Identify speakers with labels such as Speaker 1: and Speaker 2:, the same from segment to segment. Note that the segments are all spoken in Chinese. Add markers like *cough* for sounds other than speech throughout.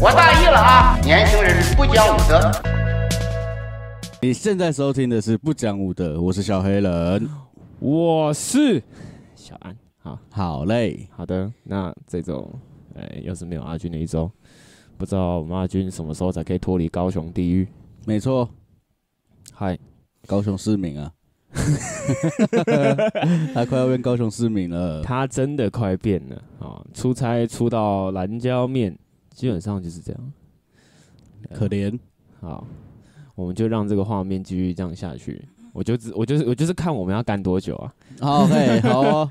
Speaker 1: 我大意了啊！年轻人不讲武德。
Speaker 2: 你现在收听的是不讲武德，我是小黑人。
Speaker 3: 我是小安。好
Speaker 2: 好嘞，
Speaker 3: 好的，那这周，哎、又是没有阿军的一周，不知道我们阿军什么时候才可以脱离高雄地狱？
Speaker 2: 没错，
Speaker 3: 嗨，
Speaker 2: 高雄市民
Speaker 3: *laughs*
Speaker 2: 啊，他快要变高雄市民了。
Speaker 3: 他真的快变了啊！出差出到蓝椒面，基本上就是这样。
Speaker 2: 可怜，
Speaker 3: 好，我们就让这个画面继续这样下去。我就只我就是我就是看我们要干多久啊！
Speaker 2: 好
Speaker 3: *laughs*
Speaker 2: OK，好哦，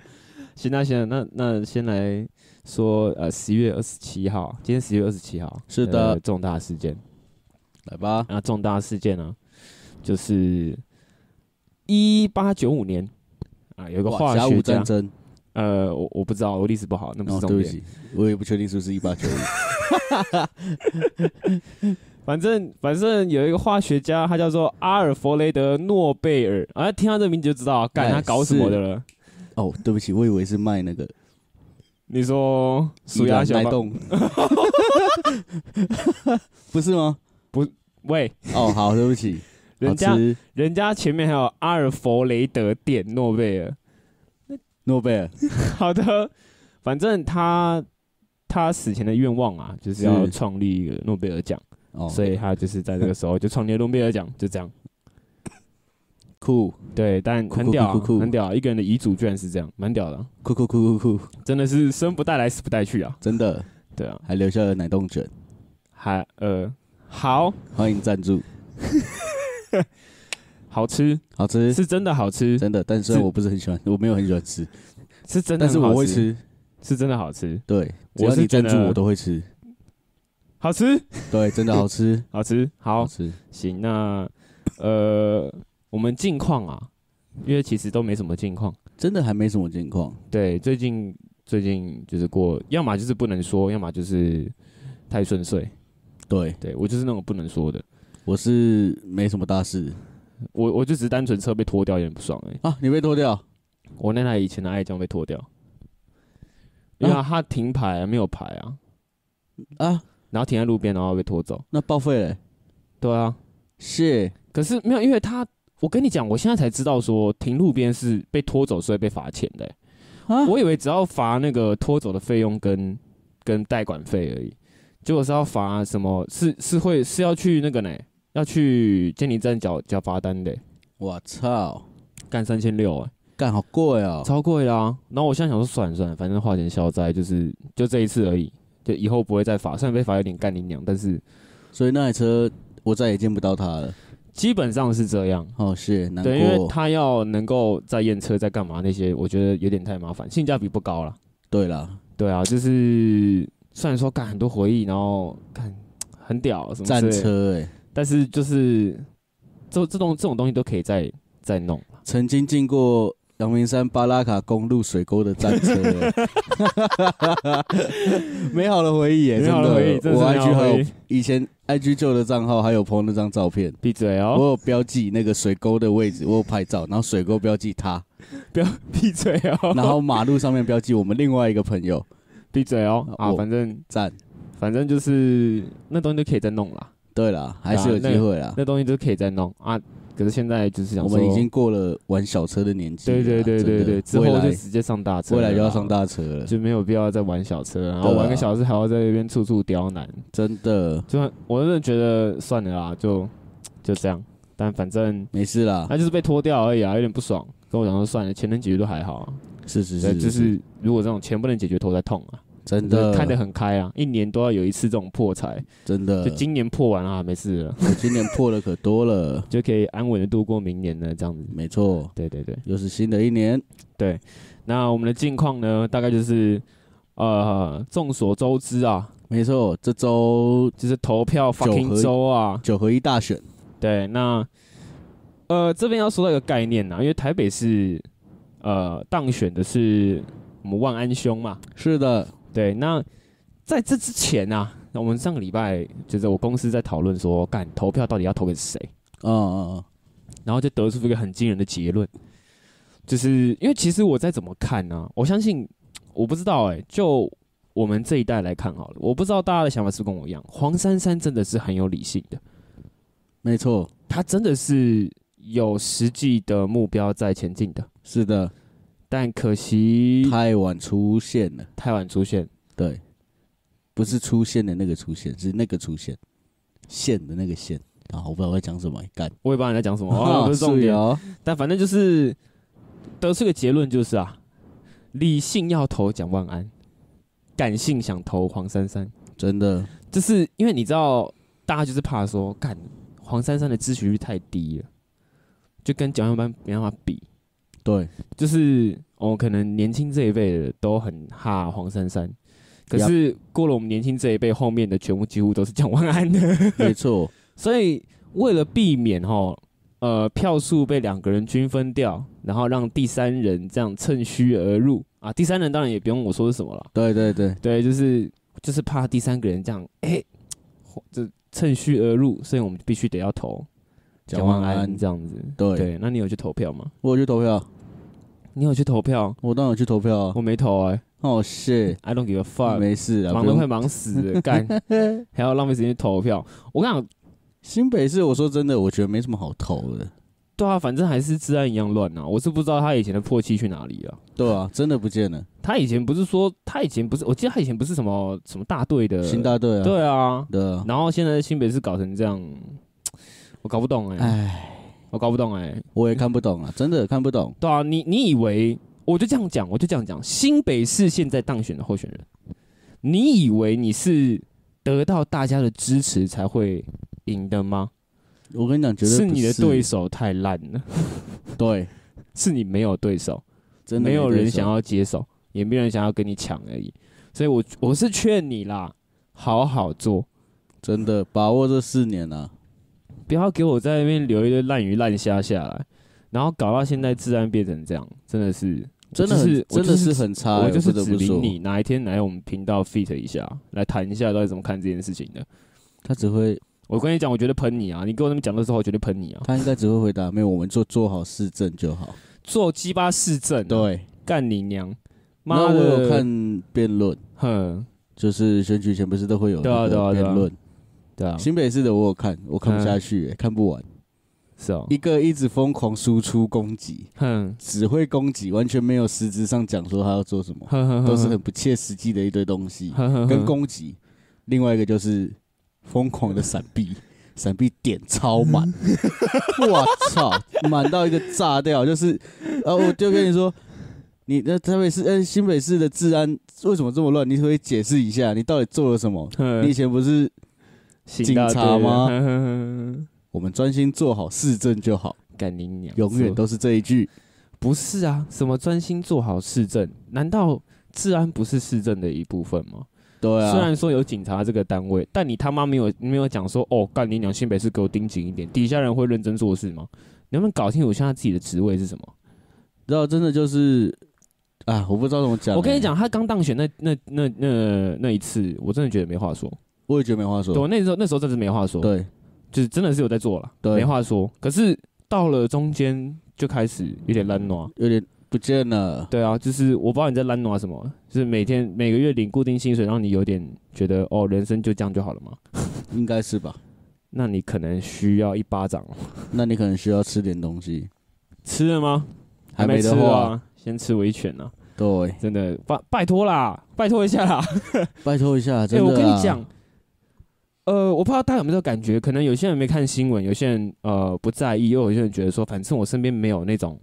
Speaker 3: 行那行啊那那先来说呃十一月二十七号，今天十月二十七号
Speaker 2: 是的
Speaker 3: 呃重大事件。
Speaker 2: 来吧，
Speaker 3: 那啊重大事件呢、就是一八九五年啊，有一个
Speaker 2: 哇
Speaker 3: 化
Speaker 2: 甲
Speaker 3: 学
Speaker 2: 午
Speaker 3: 家
Speaker 2: 战，争
Speaker 3: 呃，我我不知道，我历史不好，那不
Speaker 2: 哦对
Speaker 3: 是，重
Speaker 2: 不
Speaker 3: 点。
Speaker 2: 起，我也不确定是不是一八九
Speaker 3: *laughs*
Speaker 2: 五。
Speaker 3: 反正反正有一个化学家，他叫做阿尔弗雷德·诺贝尔，啊，听到这名字就知道，干
Speaker 2: 哎
Speaker 3: 他搞什么的了。
Speaker 2: 哦，对不起，我以为是卖那个
Speaker 3: 你说
Speaker 2: 伊
Speaker 3: 鼠牙
Speaker 2: 朗
Speaker 3: 小
Speaker 2: 脉
Speaker 3: 吧？ *laughs*
Speaker 2: 动，不是吗？
Speaker 3: 喂，
Speaker 2: 哦，好，对不起，好
Speaker 3: 人家
Speaker 2: 吃
Speaker 3: 人家前面还有阿尔弗雷德·电诺贝尔， *laughs*
Speaker 2: 诺贝尔，
Speaker 3: 好的，反正他他死前的愿望啊，就是要
Speaker 2: 是
Speaker 3: 创立一个诺贝尔奖。
Speaker 2: 哦，
Speaker 3: 所以他就是在这个时候就创立了诺贝尔奖，就这样。
Speaker 2: 酷
Speaker 3: 对，但
Speaker 2: 酷
Speaker 3: 很屌、
Speaker 2: 酷
Speaker 3: 啊
Speaker 2: 酷酷，酷
Speaker 3: 很屌、啊，一个人的遗嘱居然是这样，蛮屌的啊、
Speaker 2: 酷酷酷酷酷，
Speaker 3: 真的是生不带来，死不带去啊。
Speaker 2: 真的
Speaker 3: 对啊，
Speaker 2: 还留下了奶冻卷，
Speaker 3: 还呃，好
Speaker 2: 欢迎赞助，
Speaker 3: 好吃，
Speaker 2: 好吃。
Speaker 3: 是真的好吃，
Speaker 2: 真的，但虽然我不是很喜欢，我没有很喜欢吃，
Speaker 3: 是真的，
Speaker 2: 但是我会，吃。
Speaker 3: 是真的好吃，
Speaker 2: 对，只
Speaker 3: 我
Speaker 2: 要
Speaker 3: 是
Speaker 2: 你
Speaker 3: 觉
Speaker 2: 赞
Speaker 3: 得
Speaker 2: 助我都会吃。
Speaker 3: 好吃，
Speaker 2: 对，真的好吃，
Speaker 3: 好吃， *laughs* 好
Speaker 2: 好吃。
Speaker 3: 行，那呃，我们近况啊，因为其实都没什么近况。
Speaker 2: 真的还没什么情况，
Speaker 3: 对，最近最近就是过，要么就是不能说，要么就是太顺遂。
Speaker 2: 对
Speaker 3: 对我就是那种不能说的，
Speaker 2: 我是没什么大事
Speaker 3: 我我就只是单纯车被拖掉，有点不爽而已。
Speaker 2: 啊。你被脱掉，
Speaker 3: 我那台以前的爱将被拖掉，因为它它停牌、啊、没有牌啊，
Speaker 2: 啊，
Speaker 3: 然后停在路边，然后被拖走。
Speaker 2: 那报废嘞？
Speaker 3: 对啊，
Speaker 2: 是
Speaker 3: 可是没有，因为他，我跟你讲，我现在才知道说停路边是被拖走是会被罚钱的欸、
Speaker 2: 啊，
Speaker 3: 我以为只要罚那个拖走的费用跟跟代管费而已，结果是要罚什么？是是会是要去那个呢？要去监理站缴缴罚单的欸、
Speaker 2: 我操，
Speaker 3: 干三千六哎。
Speaker 2: 干好贵哦。
Speaker 3: 超贵啦、然后我现在想说，算了算了，反正花钱消灾，就是就这一次而已，就以后不会再罚。虽然被罚有点干你娘，但是
Speaker 2: 所以那台车我再也见不到它了。
Speaker 3: 基本上是这样。
Speaker 2: 哦，是难
Speaker 3: 对，因为
Speaker 2: 过。
Speaker 3: 他要能够再验车、再干嘛那些，我觉得有点太麻烦，性价比不高啦。
Speaker 2: 对啦，
Speaker 3: 对啊，就是虽然说干很多回忆，然后干很屌什么
Speaker 2: 战
Speaker 3: 之类的，
Speaker 2: 车哎，
Speaker 3: 但是就是这这种这种东西都可以再再弄。
Speaker 2: 曾经进过阳明山巴拉卡公路水沟的战
Speaker 3: *laughs*
Speaker 2: 车 *laughs* 欸，美好的回忆耶，
Speaker 3: 美好的回忆真的是
Speaker 2: 我
Speaker 3: 美好
Speaker 2: IG
Speaker 3: 的
Speaker 2: 还
Speaker 3: 回忆
Speaker 2: 有以前 IG 旧的账号还有 PO 那张照片，
Speaker 3: 闭嘴
Speaker 2: 我 *laughs*
Speaker 3: 哦！
Speaker 2: 有标记那个水沟的位置，我有拍照，然后水沟标记他，
Speaker 3: 不要闭嘴哦！
Speaker 2: 然后马路上面标记我们另外一个朋友，
Speaker 3: 闭嘴哦！啊，
Speaker 2: 我
Speaker 3: 反正
Speaker 2: 赞。
Speaker 3: 反正就是那东西都可以再弄啦。
Speaker 2: 对啦，还是有机会啦。
Speaker 3: 那东西都可以再弄啊。可是现在就是想
Speaker 2: 我
Speaker 3: 说，
Speaker 2: 们已经过了玩小车的年纪了
Speaker 3: 对
Speaker 2: 啦，
Speaker 3: 对对
Speaker 2: 真
Speaker 3: 对
Speaker 2: 的
Speaker 3: 对，之后
Speaker 2: 未来
Speaker 3: 就直接上大车，
Speaker 2: 未来就要上，大车了，
Speaker 3: 就没有必要再玩小车，然后
Speaker 2: 对啊
Speaker 3: 玩个小车还要在那边处处刁难，
Speaker 2: 真的
Speaker 3: 就我真的觉得算了啦，就就这样。但反正
Speaker 2: 没事啦。
Speaker 3: 他就是被拖掉而已啊，有点不爽。跟我讲说算了，钱能解决都还好、啊，
Speaker 2: 是是
Speaker 3: 对，
Speaker 2: 是，
Speaker 3: 就是如果这种钱不能解决，头才痛啊，
Speaker 2: 真
Speaker 3: 就是
Speaker 2: 的
Speaker 3: 看得很开啊，一年都要有一次这种破财，
Speaker 2: 真的
Speaker 3: 就。今年破完啊，没事了，
Speaker 2: 我今年破了可多了，
Speaker 3: 就可以安稳的度过明年了，这样子。
Speaker 2: 没错，
Speaker 3: 对对对。
Speaker 2: 又是新的一年。
Speaker 3: 那我们的近况呢，大概就是，呃，众所周知啊，
Speaker 2: 没错，这周
Speaker 3: 就是投票
Speaker 2: 九合一
Speaker 3: fucking 周啊，
Speaker 2: 九合一大选，
Speaker 3: 对，那，呃，这边要说到一个概念呐、啊因为台北市，呃，当选的是我们万安兄嘛，
Speaker 2: 是的，
Speaker 3: 对，那在这之前啊，那我们上个礼拜就是我公司在讨论说，干投票到底要投给谁，
Speaker 2: 嗯嗯
Speaker 3: 然后就得出一个很惊人的结论，就是因为其实我再怎么看呢、我相信我不知道哎、就我们这一代来看好了，我不知道大家的想法是不是跟我一样，黄珊珊真的是很有理性的，
Speaker 2: 没错，
Speaker 3: 她真的是有实际的目标在前进的，
Speaker 2: 是的，
Speaker 3: 但可惜
Speaker 2: 太晚出现了，
Speaker 3: 太晚出现，
Speaker 2: 对，不是出现的那个出现，是那个出现，线的那个线。啊，我不知道我在讲什么，干，
Speaker 3: 我也不知道你在讲什么， *laughs* 哦，不是重点，
Speaker 2: 哦，
Speaker 3: 但反正就是得出个结论就是啊，理性要投蒋万安，感性想投黄珊珊，
Speaker 2: 真的，
Speaker 3: 就是因为你知道大家就是怕说，干黄珊珊的支持率太低了，就跟蒋万安没办法比，
Speaker 2: 对，
Speaker 3: 就是哦，可能年轻这一辈的都很哈黄珊珊。可是过了我们年轻这一辈，后面的全部几乎都是蒋万安的， *laughs*
Speaker 2: 没错，
Speaker 3: 所以为了避免哈，呃，票数被两个人均分掉，然后让第三人这样趁虚而入啊，第三人当然也不用我说是什么了，
Speaker 2: 对对对，
Speaker 3: 对，就是就是怕第三个人这样，哎、这趁虚而入，所以我们必须得要投
Speaker 2: 蒋
Speaker 3: 万
Speaker 2: 万
Speaker 3: 安
Speaker 2: 安，
Speaker 3: 这样子。
Speaker 2: 对，
Speaker 3: 对，那你有去投票吗？
Speaker 2: 我有去投票，
Speaker 3: 你有去投票？
Speaker 2: 我当然有去投票啊
Speaker 3: 我，没投哎、
Speaker 2: 哦，shit，
Speaker 3: i don't give a fuck，
Speaker 2: 没事啊，
Speaker 3: 忙
Speaker 2: 不用
Speaker 3: 都快忙死
Speaker 2: *laughs*
Speaker 3: 了，干，还要浪费时间去投票。我跟你讲，
Speaker 2: 新北市，我说真的，我觉得没什么好投的，
Speaker 3: 对啊，反正还是治安一样乱啊。我是不知道他以前的破气去哪里了。
Speaker 2: 对啊，真的不见了，
Speaker 3: 他以前不是说，他以前不是，我记得他以前不是什么什么大队的，
Speaker 2: 新大队啊，
Speaker 3: 对啊，
Speaker 2: 对啊，
Speaker 3: 然后现在新北市搞成这样，我搞不懂哎、
Speaker 2: 哎，
Speaker 3: 我搞不懂哎、
Speaker 2: 我也看不懂啊，真的看不懂，
Speaker 3: 对啊，你你以为我就这样讲，我就这样讲，新北市现在当选的候选人，你以为你是得到大家的支持才会赢的吗？
Speaker 2: 我跟你讲，绝对
Speaker 3: 是
Speaker 2: 不
Speaker 3: 你的
Speaker 2: 是
Speaker 3: 对手太烂了， *laughs*
Speaker 2: 对，
Speaker 3: 是你没有对手，
Speaker 2: 真的
Speaker 3: 没有人
Speaker 2: 对手
Speaker 3: 想，要接手，也没有人想要跟你抢而已。所以我我是劝你啦，好好做。
Speaker 2: 真的把握这四年啊，
Speaker 3: 不要给我在那边留一堆烂鱼烂虾下来，然后搞到现在治安变成这样，真的是，
Speaker 2: 真的
Speaker 3: 我就
Speaker 2: 很
Speaker 3: 是
Speaker 2: 真
Speaker 3: 我就
Speaker 2: 的
Speaker 3: 是
Speaker 2: 是很差欸，
Speaker 3: 我就是
Speaker 2: 不得
Speaker 3: 指
Speaker 2: 不说
Speaker 3: 明，你哪一天来我们频道 fit 一下，来谈一下到底怎么看这件事情的。
Speaker 2: 他只会
Speaker 3: 我跟你讲，我绝对喷你啊！你跟我那么讲的时候，我绝对喷你啊！
Speaker 2: 他应该只会回答，没有，我们做做好市政就好，
Speaker 3: 做鸡巴市政、，
Speaker 2: 对。
Speaker 3: 干你娘！嗯妈
Speaker 2: 那我
Speaker 3: 的
Speaker 2: 有，看辩论，
Speaker 3: 哼，
Speaker 2: 就是选举前不是都会有
Speaker 3: 对啊
Speaker 2: 那
Speaker 3: 对啊
Speaker 2: 个
Speaker 3: 对啊
Speaker 2: 辩论？
Speaker 3: 对啊，
Speaker 2: 新北市的我有看，我看不下去、欸看不完。
Speaker 3: 是哦，
Speaker 2: 一个一直疯狂输出攻击，
Speaker 3: 哼，
Speaker 2: 只会攻击，完全没有实质上讲说他要做什
Speaker 3: *laughs*
Speaker 2: 么，
Speaker 3: 哼哼，
Speaker 2: 都是很不切实际的一堆东
Speaker 3: *laughs*
Speaker 2: 西，
Speaker 3: 很
Speaker 2: 跟攻击。另外一个就是疯狂的闪
Speaker 3: *laughs*
Speaker 2: 避，闪避点超满，我操，满到一个炸掉，就是，呃，我就跟你说。你那台北市、呃新北市的治安为什么这么乱？你可不可以解释一下，你到底做了什
Speaker 3: *laughs*
Speaker 2: 么？
Speaker 3: 哼
Speaker 2: 你以前不是
Speaker 3: 行大
Speaker 2: 警察
Speaker 3: 队
Speaker 2: 吗
Speaker 3: 哼哼哼哼
Speaker 2: 我们专心做好市政就好，
Speaker 3: 干你娘！
Speaker 2: 永远
Speaker 3: 都。
Speaker 2: 都是这一句。
Speaker 3: 不是啊，什么专心做好市政？难道治安不是市政的一部分吗？
Speaker 2: 对
Speaker 3: 虽
Speaker 2: 啊，
Speaker 3: 然说有警察这个单位，但你他妈没有没有讲说哦，干你娘新北市给我盯紧一点，底下人会认真做事吗？你能不能搞清楚现在自己的职位是什么？
Speaker 2: 然后真的就是，啊，我不知道怎么讲。
Speaker 3: 我跟你，讲，他刚当选那那那那那一次，我真的觉得没话说。
Speaker 2: 我也觉得没话
Speaker 3: 对，
Speaker 2: 说。
Speaker 3: 我那时候那时候真的是没话说，，
Speaker 2: 对，
Speaker 3: 就是真的是有在做了，
Speaker 2: 对
Speaker 3: 没话说。可是到了中间就开始有点烂暖。
Speaker 2: 有点不见了。
Speaker 3: 对啊，就是我不知道你在懒惰什么，就是每天每个月领固定薪水，让你有点觉得哦，人生就这样就好了嘛？
Speaker 2: 应该是吧？
Speaker 3: 那你可能需要一巴掌。
Speaker 2: 那你可能需要吃点东西。
Speaker 3: 吃了吗？还
Speaker 2: 还没
Speaker 3: 没吃
Speaker 2: 的话，
Speaker 3: 啊，先吃我一拳啊！
Speaker 2: 对，
Speaker 3: 真的，拜拜托啦，拜托一
Speaker 2: *laughs*
Speaker 3: 下啦！
Speaker 2: 拜托一下，
Speaker 3: 哎、
Speaker 2: 真的。啊
Speaker 3: 我跟你讲，，呃，我不知道大家有没有这个感觉，可能有些人没看新闻，有些人呃不在意，又有些人觉得说，反正我身边没有那种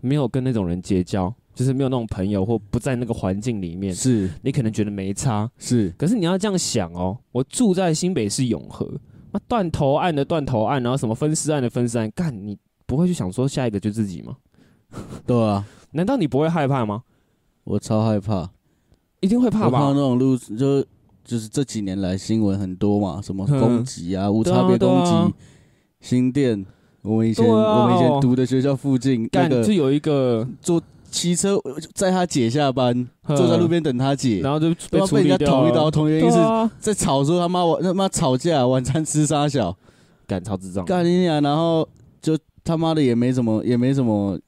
Speaker 3: 没有跟那种人结交，就是没有那种朋友或不在那个环境里面，
Speaker 2: 是
Speaker 3: 你可能觉得没差。
Speaker 2: 是，
Speaker 3: 可是你要这样想哦，我住在新北市永和，那断头案的断头案，然后什么分尸案的分尸案，干你不会去想说下一个就自己吗？
Speaker 2: 对啊，
Speaker 3: 难道你不会害怕吗？
Speaker 2: 我超害怕。
Speaker 3: 一定会
Speaker 2: 我
Speaker 3: 怕
Speaker 2: 看到
Speaker 3: 吧
Speaker 2: 那？种路，就就是这几年来新闻很多嘛，什么
Speaker 3: 嗯
Speaker 2: 攻击啊，无
Speaker 3: 对啊
Speaker 2: 差别
Speaker 3: 对
Speaker 2: 攻
Speaker 3: 啊
Speaker 2: 击，新店。我们以前、
Speaker 3: 对啊
Speaker 2: 我们以
Speaker 3: 哦
Speaker 2: 前读的学校附近，那
Speaker 3: 干
Speaker 2: 个
Speaker 3: 就有一个
Speaker 2: 骑车呃在他姐下班，
Speaker 3: 嗯
Speaker 2: 坐在路边等他姐，
Speaker 3: 然后就
Speaker 2: 他
Speaker 3: 被
Speaker 2: 妈
Speaker 3: 处
Speaker 2: 被
Speaker 3: 理
Speaker 2: 人家
Speaker 3: 掉
Speaker 2: 捅
Speaker 3: 了
Speaker 2: 一刀，捅原因
Speaker 3: 对
Speaker 2: 是
Speaker 3: 啊，
Speaker 2: 在吵说他妈我他妈吵架，晚餐吃啥小，
Speaker 3: 干超智障，
Speaker 2: 干你娘！然后就他妈的也没什么，也没什么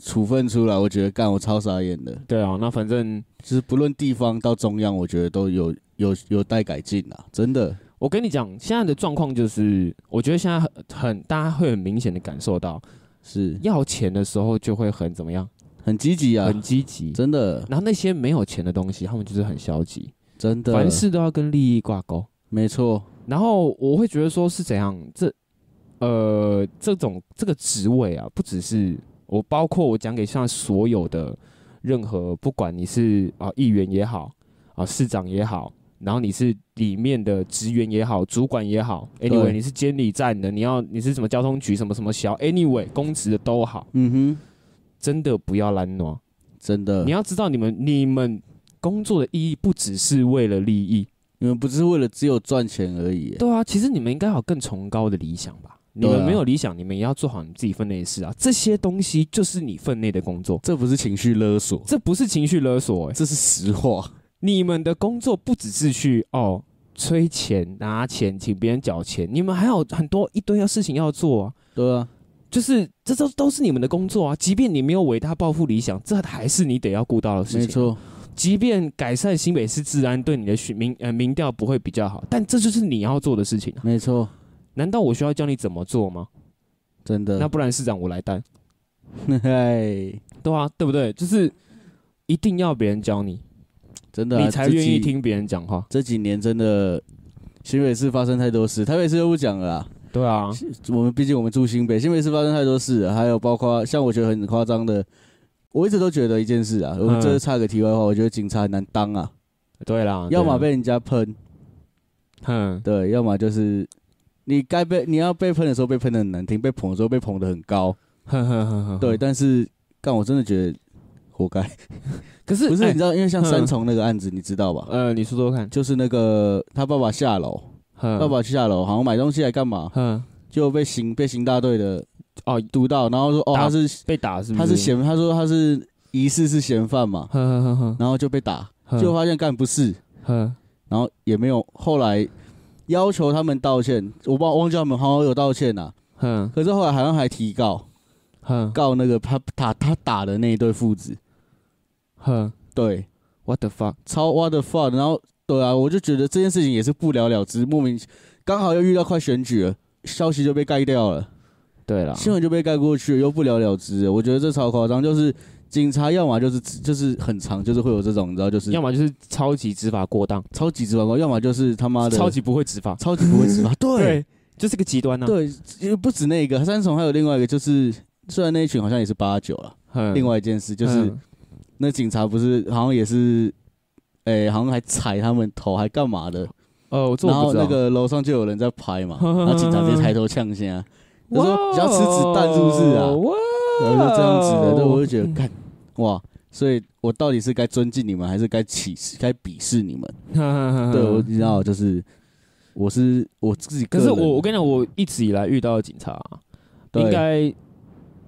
Speaker 2: 处分出来，我觉得干我超傻眼的。
Speaker 3: 对啊，那反正
Speaker 2: 就是不论地方到中央，我觉得都有有有待改进啊，真的。
Speaker 3: 我跟你讲，现在的状况就是，我觉得现在很很大家会很明显的感受到，
Speaker 2: 是
Speaker 3: 要钱的时候就会很怎么样，
Speaker 2: 很积极啊，
Speaker 3: 很积极。
Speaker 2: 真的，
Speaker 3: 然后那些没有钱的东西，他们就是很消极，
Speaker 2: 真的，
Speaker 3: 凡事都要跟利益挂钩。
Speaker 2: 没错，
Speaker 3: 然后我会觉得说是怎样，这呃这种这个职位啊，不只是我，包括我讲给像所有的任何，不管你是啊、议员也好，啊、市长也好，然后你是里面的职员也好，主管也好，anyway
Speaker 2: 对
Speaker 3: 你是监理站的，你要你是什么交通局什么什么小，anyway 公职的都好，
Speaker 2: 嗯
Speaker 3: 真的不要懒惰，
Speaker 2: 哼，真的。
Speaker 3: 你
Speaker 2: 你
Speaker 3: 要知道你们你们工作的意义不只是为了利益，
Speaker 2: 们不是为了只有赚钱而已，
Speaker 3: 对啊，其实你们应该有更崇高的理想吧？你
Speaker 2: 对啊
Speaker 3: 们没有理想，你们也要做好你自己分内的事啊。这些东西就是你分内的工作，
Speaker 2: 这不是情绪勒索，
Speaker 3: 这不是情绪勒索、欸。
Speaker 2: 这是实话。
Speaker 3: 你们的工作不只是去哦催钱、拿钱、请别人缴钱，你们还有很多一堆要事情要做啊。
Speaker 2: 对啊，
Speaker 3: 就是这都都是你们的工作啊。即便你没有伟大抱负理想，这还是你得要顾到的事情。
Speaker 2: 没，错，
Speaker 3: 即便改善新北市治安对你的选民呃民调不会比较好，但这就是你要做的事情啊。
Speaker 2: 没错，
Speaker 3: 难道我需要教你怎么做吗？
Speaker 2: 真的。哎
Speaker 3: 那不然市长我来担，
Speaker 2: *laughs* 嘿，
Speaker 3: 对啊，对不对？就是一定要别人教你，
Speaker 2: 真的啊、
Speaker 3: 你才愿
Speaker 2: 这
Speaker 3: 意
Speaker 2: 几。
Speaker 3: 听别人讲话。
Speaker 2: 这几年真的，新北市发生太多事，台北市就不讲了啦。
Speaker 3: 对啊，
Speaker 2: 我们毕竟我们住新北，新北市发生太多事了，还有包括像我觉得很夸张的，我一直都觉得一件事啊，我
Speaker 3: 嗯
Speaker 2: 们这是插个题外话，我觉得警察很难当啊，
Speaker 3: 对啦，
Speaker 2: 要么
Speaker 3: 对
Speaker 2: 被
Speaker 3: 啦，
Speaker 2: 人家喷，
Speaker 3: 哼，
Speaker 2: 对，要么就是你该被你要被喷的时候被喷的很难听，被捧的时候被捧的很高，
Speaker 3: 哼哼哼哼，
Speaker 2: 对，。但是干我真的觉得活该，
Speaker 3: 可是
Speaker 2: 不是
Speaker 3: 哎
Speaker 2: 你知道，因为像
Speaker 3: 嗯
Speaker 2: 三重那个案子，你知道吧？
Speaker 3: 呃，你说说看，
Speaker 2: 就是那个他爸爸下楼，
Speaker 3: 哼
Speaker 2: 爸，爸下楼好像买东西来干嘛，
Speaker 3: 哼，
Speaker 2: 就被刑被刑大队的
Speaker 3: 哦，
Speaker 2: 读到，然后说哦
Speaker 3: 打
Speaker 2: 他是
Speaker 3: 被打是不
Speaker 2: 他
Speaker 3: 是？
Speaker 2: 是，嫌他说他是疑似是嫌犯嘛，
Speaker 3: 哼哼哼
Speaker 2: 然后就被打，
Speaker 3: 哼，
Speaker 2: 就发现干不是，
Speaker 3: 哼，
Speaker 2: 然后也没有后来要求他们道歉，我忘忘记他们好像有道歉呐、啊
Speaker 3: 哼
Speaker 2: 可是后来好像还提告
Speaker 3: 哼
Speaker 2: 告那个他打他打的那一对父子，
Speaker 3: 哼
Speaker 2: 对，
Speaker 3: ，What the fuck？
Speaker 2: 超 what the fuck，然后对啊，我就觉得这件事情也是不了了之，莫名刚好又遇到快选举了，消息就被盖掉了。
Speaker 3: 对啦，
Speaker 2: 新闻就被盖过去了，又不了了之了。我觉得这超夸张，就是警察要么就是就是很长，就是会有这种，你知道，就是
Speaker 3: 要么就是超级执法过当，
Speaker 2: 超级执法官，要么就是他妈的
Speaker 3: 超级不会执法，
Speaker 2: 超级不会执法。对
Speaker 3: *laughs* 对，嗯就是个极端啊呐。
Speaker 2: 对，因为不止那个，三重还有另外一个，就是虽然那一群好像也是八九了，
Speaker 3: 哼，
Speaker 2: 另外一件事就是
Speaker 3: 哼
Speaker 2: 那警察不是好像也是。哎、好像还踩他们头，还干嘛的？
Speaker 3: 呃，我这
Speaker 2: 然
Speaker 3: 我不
Speaker 2: 后
Speaker 3: 知道
Speaker 2: 那个楼上就有人在拍
Speaker 3: *laughs*
Speaker 2: 嘛，然后警察直接抬头呛一下，他
Speaker 3: 哦
Speaker 2: 说比较吃子弹是不是啊？
Speaker 3: 哇，哦
Speaker 2: 然后就这样子的，对，我就觉得
Speaker 3: 嗯
Speaker 2: 看哇，所以我到底是该尊敬你们，还是该歧视、该鄙视你们？
Speaker 3: 嗯
Speaker 2: 对我，你知道，就是我是我自己个
Speaker 3: *laughs* 可
Speaker 2: 人，
Speaker 3: 是我我跟你讲，我一直以来遇到的警察啊、
Speaker 2: 对
Speaker 3: 应该，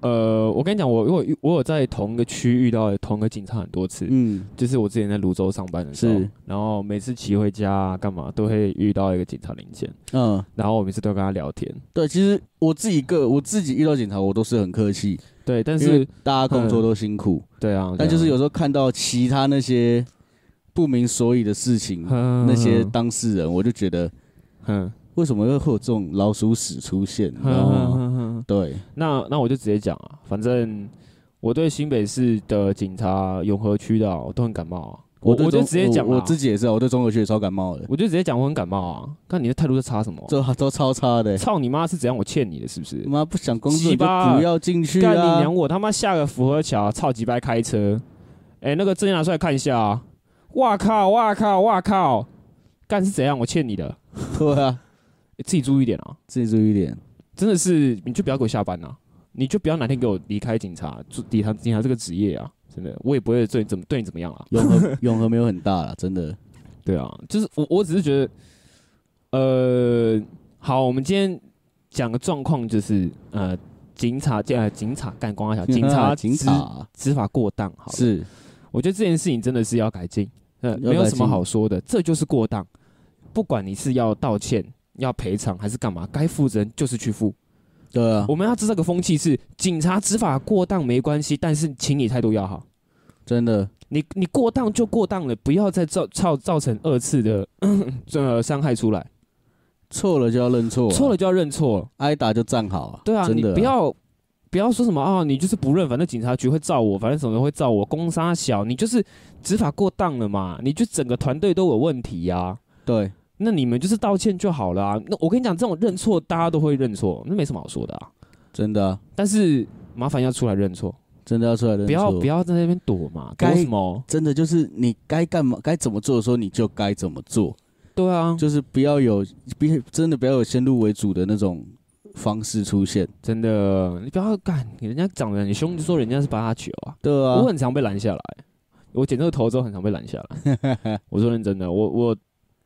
Speaker 3: 呃，我跟你讲，我我有我有在同一个区遇到同一个警察很多次，
Speaker 2: 嗯，
Speaker 3: 就是我之前在泸州上班的时候
Speaker 2: 是，
Speaker 3: 然后每次骑回家啊干、嘛都会遇到一个警察临检，
Speaker 2: 嗯，
Speaker 3: 然后我每次都跟他聊天，
Speaker 2: 对，其实我自己个我自己遇到警察，我都是很客气，
Speaker 3: 对，但
Speaker 2: 因为
Speaker 3: 是
Speaker 2: 大家工作都辛苦，
Speaker 3: 对啊，
Speaker 2: 但就是有时候看到其他那些不明所以的事情，
Speaker 3: 那
Speaker 2: 那
Speaker 3: *laughs*
Speaker 2: 些当事人，我就觉得
Speaker 3: 嗯
Speaker 2: 为什么会有这种老鼠屎出现？你
Speaker 3: 哼
Speaker 2: 知道
Speaker 3: 哼
Speaker 2: 吗？
Speaker 3: 哼哼
Speaker 2: 对，
Speaker 3: 那那我就直接讲啊，反正我对新北市的警察永和区的啊、我都很感冒啊。我
Speaker 2: 对
Speaker 3: 我就
Speaker 2: 中
Speaker 3: 直接讲啊、
Speaker 2: 我我自己也是啊，我对中国区也超感冒的。
Speaker 3: 我就直接讲我很感冒啊。看你的态度在差什么啊、
Speaker 2: 这都超差的、
Speaker 3: 操你妈是怎样？我欠你的是不是？
Speaker 2: 妈不想工作
Speaker 3: 鸡
Speaker 2: 你就
Speaker 3: 巴
Speaker 2: 不要进去
Speaker 3: 干你
Speaker 2: 啊！
Speaker 3: 娘！我他妈下个福和桥，操几白开车。哎、那个证件拿出来看一下啊！哇靠！哇靠！哇靠！干是怎样？我欠你的，
Speaker 2: *laughs* 对啊，
Speaker 3: 欸自己注意点啊！
Speaker 2: 自己注意一点。
Speaker 3: 真的是，你就不要给我下班啊！你就不要哪天给我离开警察，做警察警察这个职业啊！真的，我也不会对你怎么对你怎么样啊！
Speaker 2: 永和永和没有很大啦，真的。
Speaker 3: 对啊，就是我我只是觉得，呃，好，我们今天讲的状况就是，呃，警察呃警察干光
Speaker 2: *laughs*
Speaker 3: 阿小警察
Speaker 2: 啊警察
Speaker 3: 执执法过当，好了，
Speaker 2: 是
Speaker 3: 我觉得这件事情真的是要改进，呃，
Speaker 2: 要
Speaker 3: 没有
Speaker 2: 改
Speaker 3: 什么
Speaker 2: 进
Speaker 3: 好说的，这就是过当，不管你是要道歉、要赔偿还是干嘛，该负责任就是去负，
Speaker 2: 对啊，
Speaker 3: 我们要制造个风气是，警察执法过当没关系，但是请你态度要好。
Speaker 2: 真的，
Speaker 3: 你你过当就过当了，不要再造造造成二次的 *coughs* 呃伤害出来。
Speaker 2: 错了就要认错啊，
Speaker 3: 错了就要认错，
Speaker 2: 挨打就站好啊。
Speaker 3: 对啊，
Speaker 2: 真
Speaker 3: 你
Speaker 2: 的
Speaker 3: 不要不要说什么啊，你就是不认，反正警察局会照我，反正什么会照我，公杀小，你就是执法过当了嘛，你就整个团队都有问题呀、
Speaker 2: 对，
Speaker 3: 那你们就是道歉就好了啊。那我跟你讲，这种认错大家都会认错，那没什么好说的啊。
Speaker 2: 真的啊，
Speaker 3: 但是麻烦要出来认错，
Speaker 2: 真的要出来认错。
Speaker 3: 不要不要在那边躲嘛，躲
Speaker 2: 该
Speaker 3: 什么？
Speaker 2: 真的就是你该干嘛该怎么做的时候你就该怎么做，
Speaker 3: 对啊，
Speaker 2: 就是不要有别真的不要有先入为主的那种方式出现。
Speaker 3: 真的，你不要干，人家长得很凶，你就说人家是八九啊。
Speaker 2: 对啊
Speaker 3: 我，很常被拦下来，我剪这个头之后很常被拦下来。
Speaker 2: *laughs*
Speaker 3: 我说认真的，我我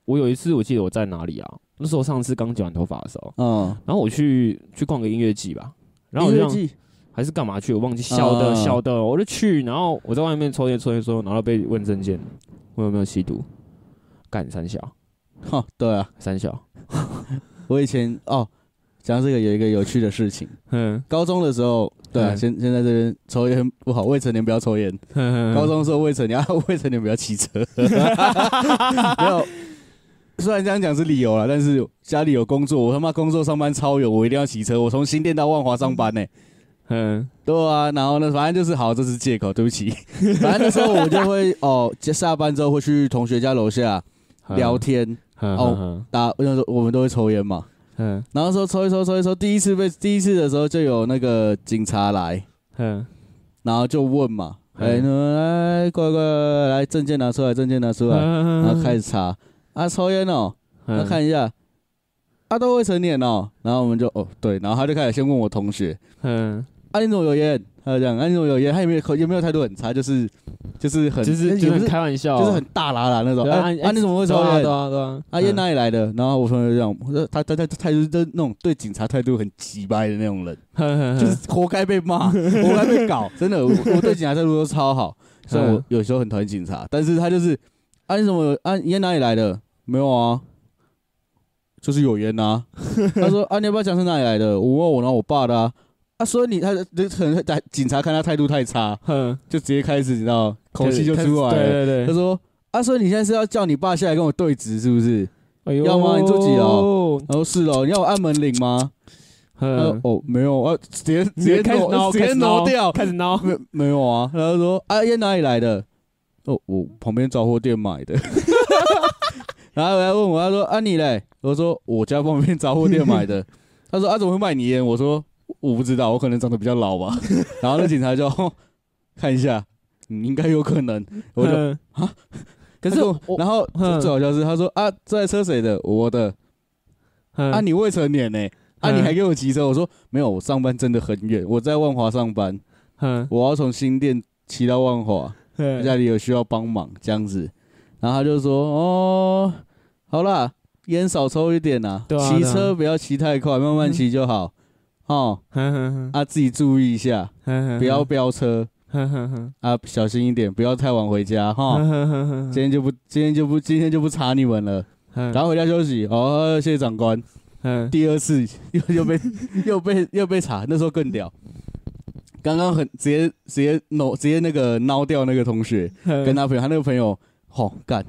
Speaker 3: 我有一次我记得我在哪里啊？那时候上次刚剪完头发的时候，
Speaker 2: 嗯，
Speaker 3: 然后我去去逛个音乐季吧，然后我
Speaker 2: 音
Speaker 3: 就
Speaker 2: 乐 *laughs*
Speaker 3: 让
Speaker 2: 季
Speaker 3: 还是干嘛去，我忘记笑的
Speaker 2: 嗯
Speaker 3: 笑的，我就去，然后我在外面抽烟抽烟抽烟，然后被问证件，我有没有吸毒？干三小
Speaker 2: 哈，对啊，
Speaker 3: 三小，
Speaker 2: 我以前哦，讲到这个有一个有趣的事 *laughs* 情，
Speaker 3: 嗯，
Speaker 2: 高中的时候，对啊，
Speaker 3: 嗯
Speaker 2: 现现在这边抽烟不好，未成年不要抽烟。 *laughs* 高
Speaker 3: 高
Speaker 2: 中的时候未成年，啊 *laughs* 未成年不要骑 *laughs* 车。没有，虽然这样讲是理由了，但是家里有工作，我他妈工作上班超远，我一定要骑车。我从新店到万华上班呢、
Speaker 3: 嗯
Speaker 2: 对啊，然后呢，反正就是好，这是借口，对不 *laughs* 起。反正那时候我就会哦，下班之后会去同学家楼下聊天，
Speaker 3: 哦
Speaker 2: 大那时候我们都会抽烟嘛。
Speaker 3: 嗯
Speaker 2: 然后说抽一抽抽一抽，第一次被第一次的时候就有那个警察来，
Speaker 3: 嗯
Speaker 2: 然后就问嘛，
Speaker 3: 嗯
Speaker 2: 哎、那来乖乖来证件拿出来，证件拿出来，
Speaker 3: 嗯
Speaker 2: 然后开始查啊抽烟哦，啊那看一下，啊都未成年哦，然后我们就哦对，然后他就开始先问我同学，
Speaker 3: 嗯
Speaker 2: 啊你怎么有烟？他就这样，啊你怎么有烟？他有没有口有没有态度很差，就是就是很
Speaker 3: 就是
Speaker 2: 也
Speaker 3: 就
Speaker 2: 不
Speaker 3: 是
Speaker 2: 是
Speaker 3: 开玩笑，啊
Speaker 2: 就是很大啦啦那种，
Speaker 3: 对啊
Speaker 2: 啊
Speaker 3: 哎
Speaker 2: 啊你怎么会抽
Speaker 3: 对啊对
Speaker 2: 烟？
Speaker 3: 啊对啊，
Speaker 2: 啊烟哪里来的？然后我同学就这样，我说他他他他态度就是那种对警察态度很急掰的那种人。
Speaker 3: 嗯，
Speaker 2: 就是活该被
Speaker 3: *laughs*
Speaker 2: 骂，活该被搞。真的，我我对警察态度都超好，虽然我
Speaker 3: 嗯
Speaker 2: 有时候很讨厌警察，但是他就是啊，你怎么有啊？烟哪里来的？没有啊，就是有烟
Speaker 3: *laughs*
Speaker 2: 呐、啊。他说啊，你要不要讲是哪里来的？我问我拿我爸的啊。啊，所以你他就可能他警察看他态度太差，
Speaker 3: 哼，
Speaker 2: *laughs* 就直接开始你知道口气就出来了。
Speaker 3: 对对
Speaker 2: 他
Speaker 3: 对，
Speaker 2: 说啊，所以你现在是要叫你爸下来跟我对质是不是？
Speaker 3: 哎呦
Speaker 2: 要吗你自己哦，然后是哦，你要我按门铃吗？他说
Speaker 3: 嗯，
Speaker 2: 哦，没有啊，直接直接
Speaker 3: 开始
Speaker 2: 挪
Speaker 3: 挠，
Speaker 2: 直接挪掉，
Speaker 3: 开始挠，
Speaker 2: 没没有啊？然后说啊，烟哪里来的？哦，我旁边杂货店买
Speaker 3: *laughs*
Speaker 2: 的。然后来问我，他说啊你嘞？我说我家旁边杂货店买的。他说啊怎么会卖你烟？我说我不知道，我可能长得比较老
Speaker 3: *laughs*
Speaker 2: 吧。然后那警察就、哦看一下，嗯应该有可能。我就
Speaker 3: 嗯
Speaker 2: 可
Speaker 3: 是我
Speaker 2: 然后
Speaker 3: 嗯
Speaker 2: 最好笑是他说啊这台车谁的？我的。
Speaker 3: 嗯
Speaker 2: 啊你未成年呢、啊你
Speaker 3: 嗯
Speaker 2: 还给我骑车？我说没有，我上班真的很远，我在万华上班，
Speaker 3: 嗯
Speaker 2: 我要从新店骑到万华。家里有需要帮忙这样子，然后他就说哦，好啦，烟少抽一点呐、
Speaker 3: 对啊
Speaker 2: 骑
Speaker 3: 对啊
Speaker 2: 车不要骑太快，慢慢骑就好。哦，
Speaker 3: 嗯
Speaker 2: 啊，自己注意一下，
Speaker 3: 嗯，
Speaker 2: 不要飙车
Speaker 3: 哼哼哼
Speaker 2: 啊，小心一点，不要太晚回家哈。
Speaker 3: 哼哼
Speaker 2: 今天就不，今天就不，今天就不查你们了，
Speaker 3: 哼，
Speaker 2: 然后回家休息。哦，谢谢长官。
Speaker 3: 嗯
Speaker 2: 第二次 *laughs* 又又被又被又被查，那时候更屌。刚刚很直接直接弄直接那个挠掉那个同学，
Speaker 3: 嗯
Speaker 2: 跟他朋友，他那个朋友，吼、干，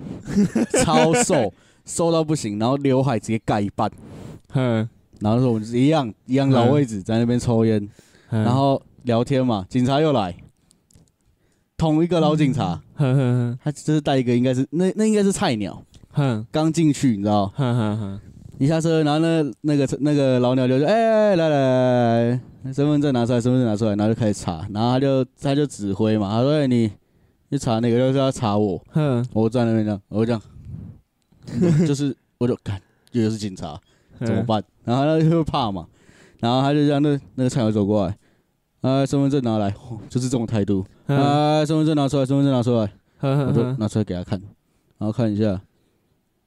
Speaker 2: 超瘦，瘦到不行，然后刘海直接盖一半，
Speaker 3: 嗯，
Speaker 2: 然后说我们就是一样一样老位置，在那边抽烟，
Speaker 3: 嗯
Speaker 2: 然后聊天嘛，警察又来，同一个老警察，
Speaker 3: 哼哼
Speaker 2: 他就是带一个应该是那那应该是菜鸟，
Speaker 3: 哼
Speaker 2: 刚进去，你知道，
Speaker 3: 哼哼哼，
Speaker 2: 一下车，然后那那个那个老鸟就说，哎、哎来来来来，身份证拿出来，身份证拿出来，然后就开始查，然后他就他就指挥嘛，他说、哎你你查那个，就是要查我。
Speaker 3: 哼
Speaker 2: 我站在那边这样，我就这样， *laughs* 就是我就看，又是警察，怎么？办？然后他就会怕嘛，然后他就让那那个菜鸟走过来，啊，身份证拿来，哦就是这种态度，
Speaker 3: 嗯
Speaker 2: 啊，身份证拿出来，身份证拿出来，我
Speaker 3: 哼
Speaker 2: 就拿出来给他看，然后看一下，啊，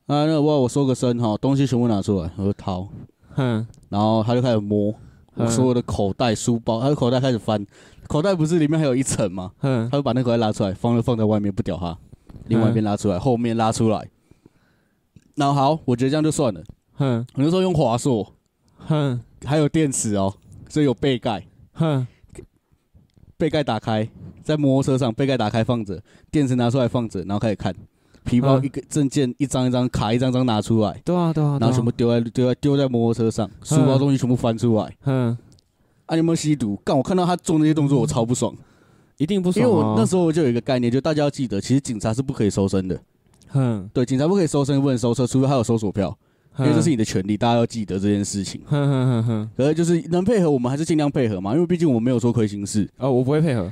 Speaker 2: 那个哇，我说个声哈，东西全部拿出来，我就掏，
Speaker 3: 哼
Speaker 2: 然后他就开始摸我所有的口袋、书包，他的口袋开始翻，口袋不是里面还有一层吗？
Speaker 3: 哼
Speaker 2: 他就把那口袋拉出来，放了放在外面不屌他，另外一边拉出来，后面拉出来。那好，我觉得这样就算了。
Speaker 3: 哼
Speaker 2: 我那时候用华硕，
Speaker 3: 哼
Speaker 2: 还有电池哦，所以有背盖，
Speaker 3: 哼，
Speaker 2: 背盖打开，在摩托车上背盖打开放着，电池拿出来放着，然后开始看，皮包
Speaker 3: 嗯
Speaker 2: 一个证件一张一张卡一张张拿出来，
Speaker 3: 对啊，对啊，
Speaker 2: 然后全部丢在丢在丢在摩托车上，书包东西全部翻出来。
Speaker 3: 嗯，
Speaker 2: 啊，你有没有吸毒？干，我看到他做那些动作，我超不爽，
Speaker 3: 一定不
Speaker 2: 因
Speaker 3: 爽、
Speaker 2: 为
Speaker 3: 啊。
Speaker 2: 我那时候我就有一个概念，就大家要记得，其实警察是不可以搜身的，
Speaker 3: 哼，
Speaker 2: 对，警察不可以搜身，不能搜车，除非他有搜索票，因
Speaker 3: 哼
Speaker 2: 为这是你的权利，大家要记得这件事情。
Speaker 3: 哼哼哼哼，
Speaker 2: 可是就是能配合，我们还是尽量配合嘛，因为毕竟我们没有说亏心事。
Speaker 3: 哦，我不会配合。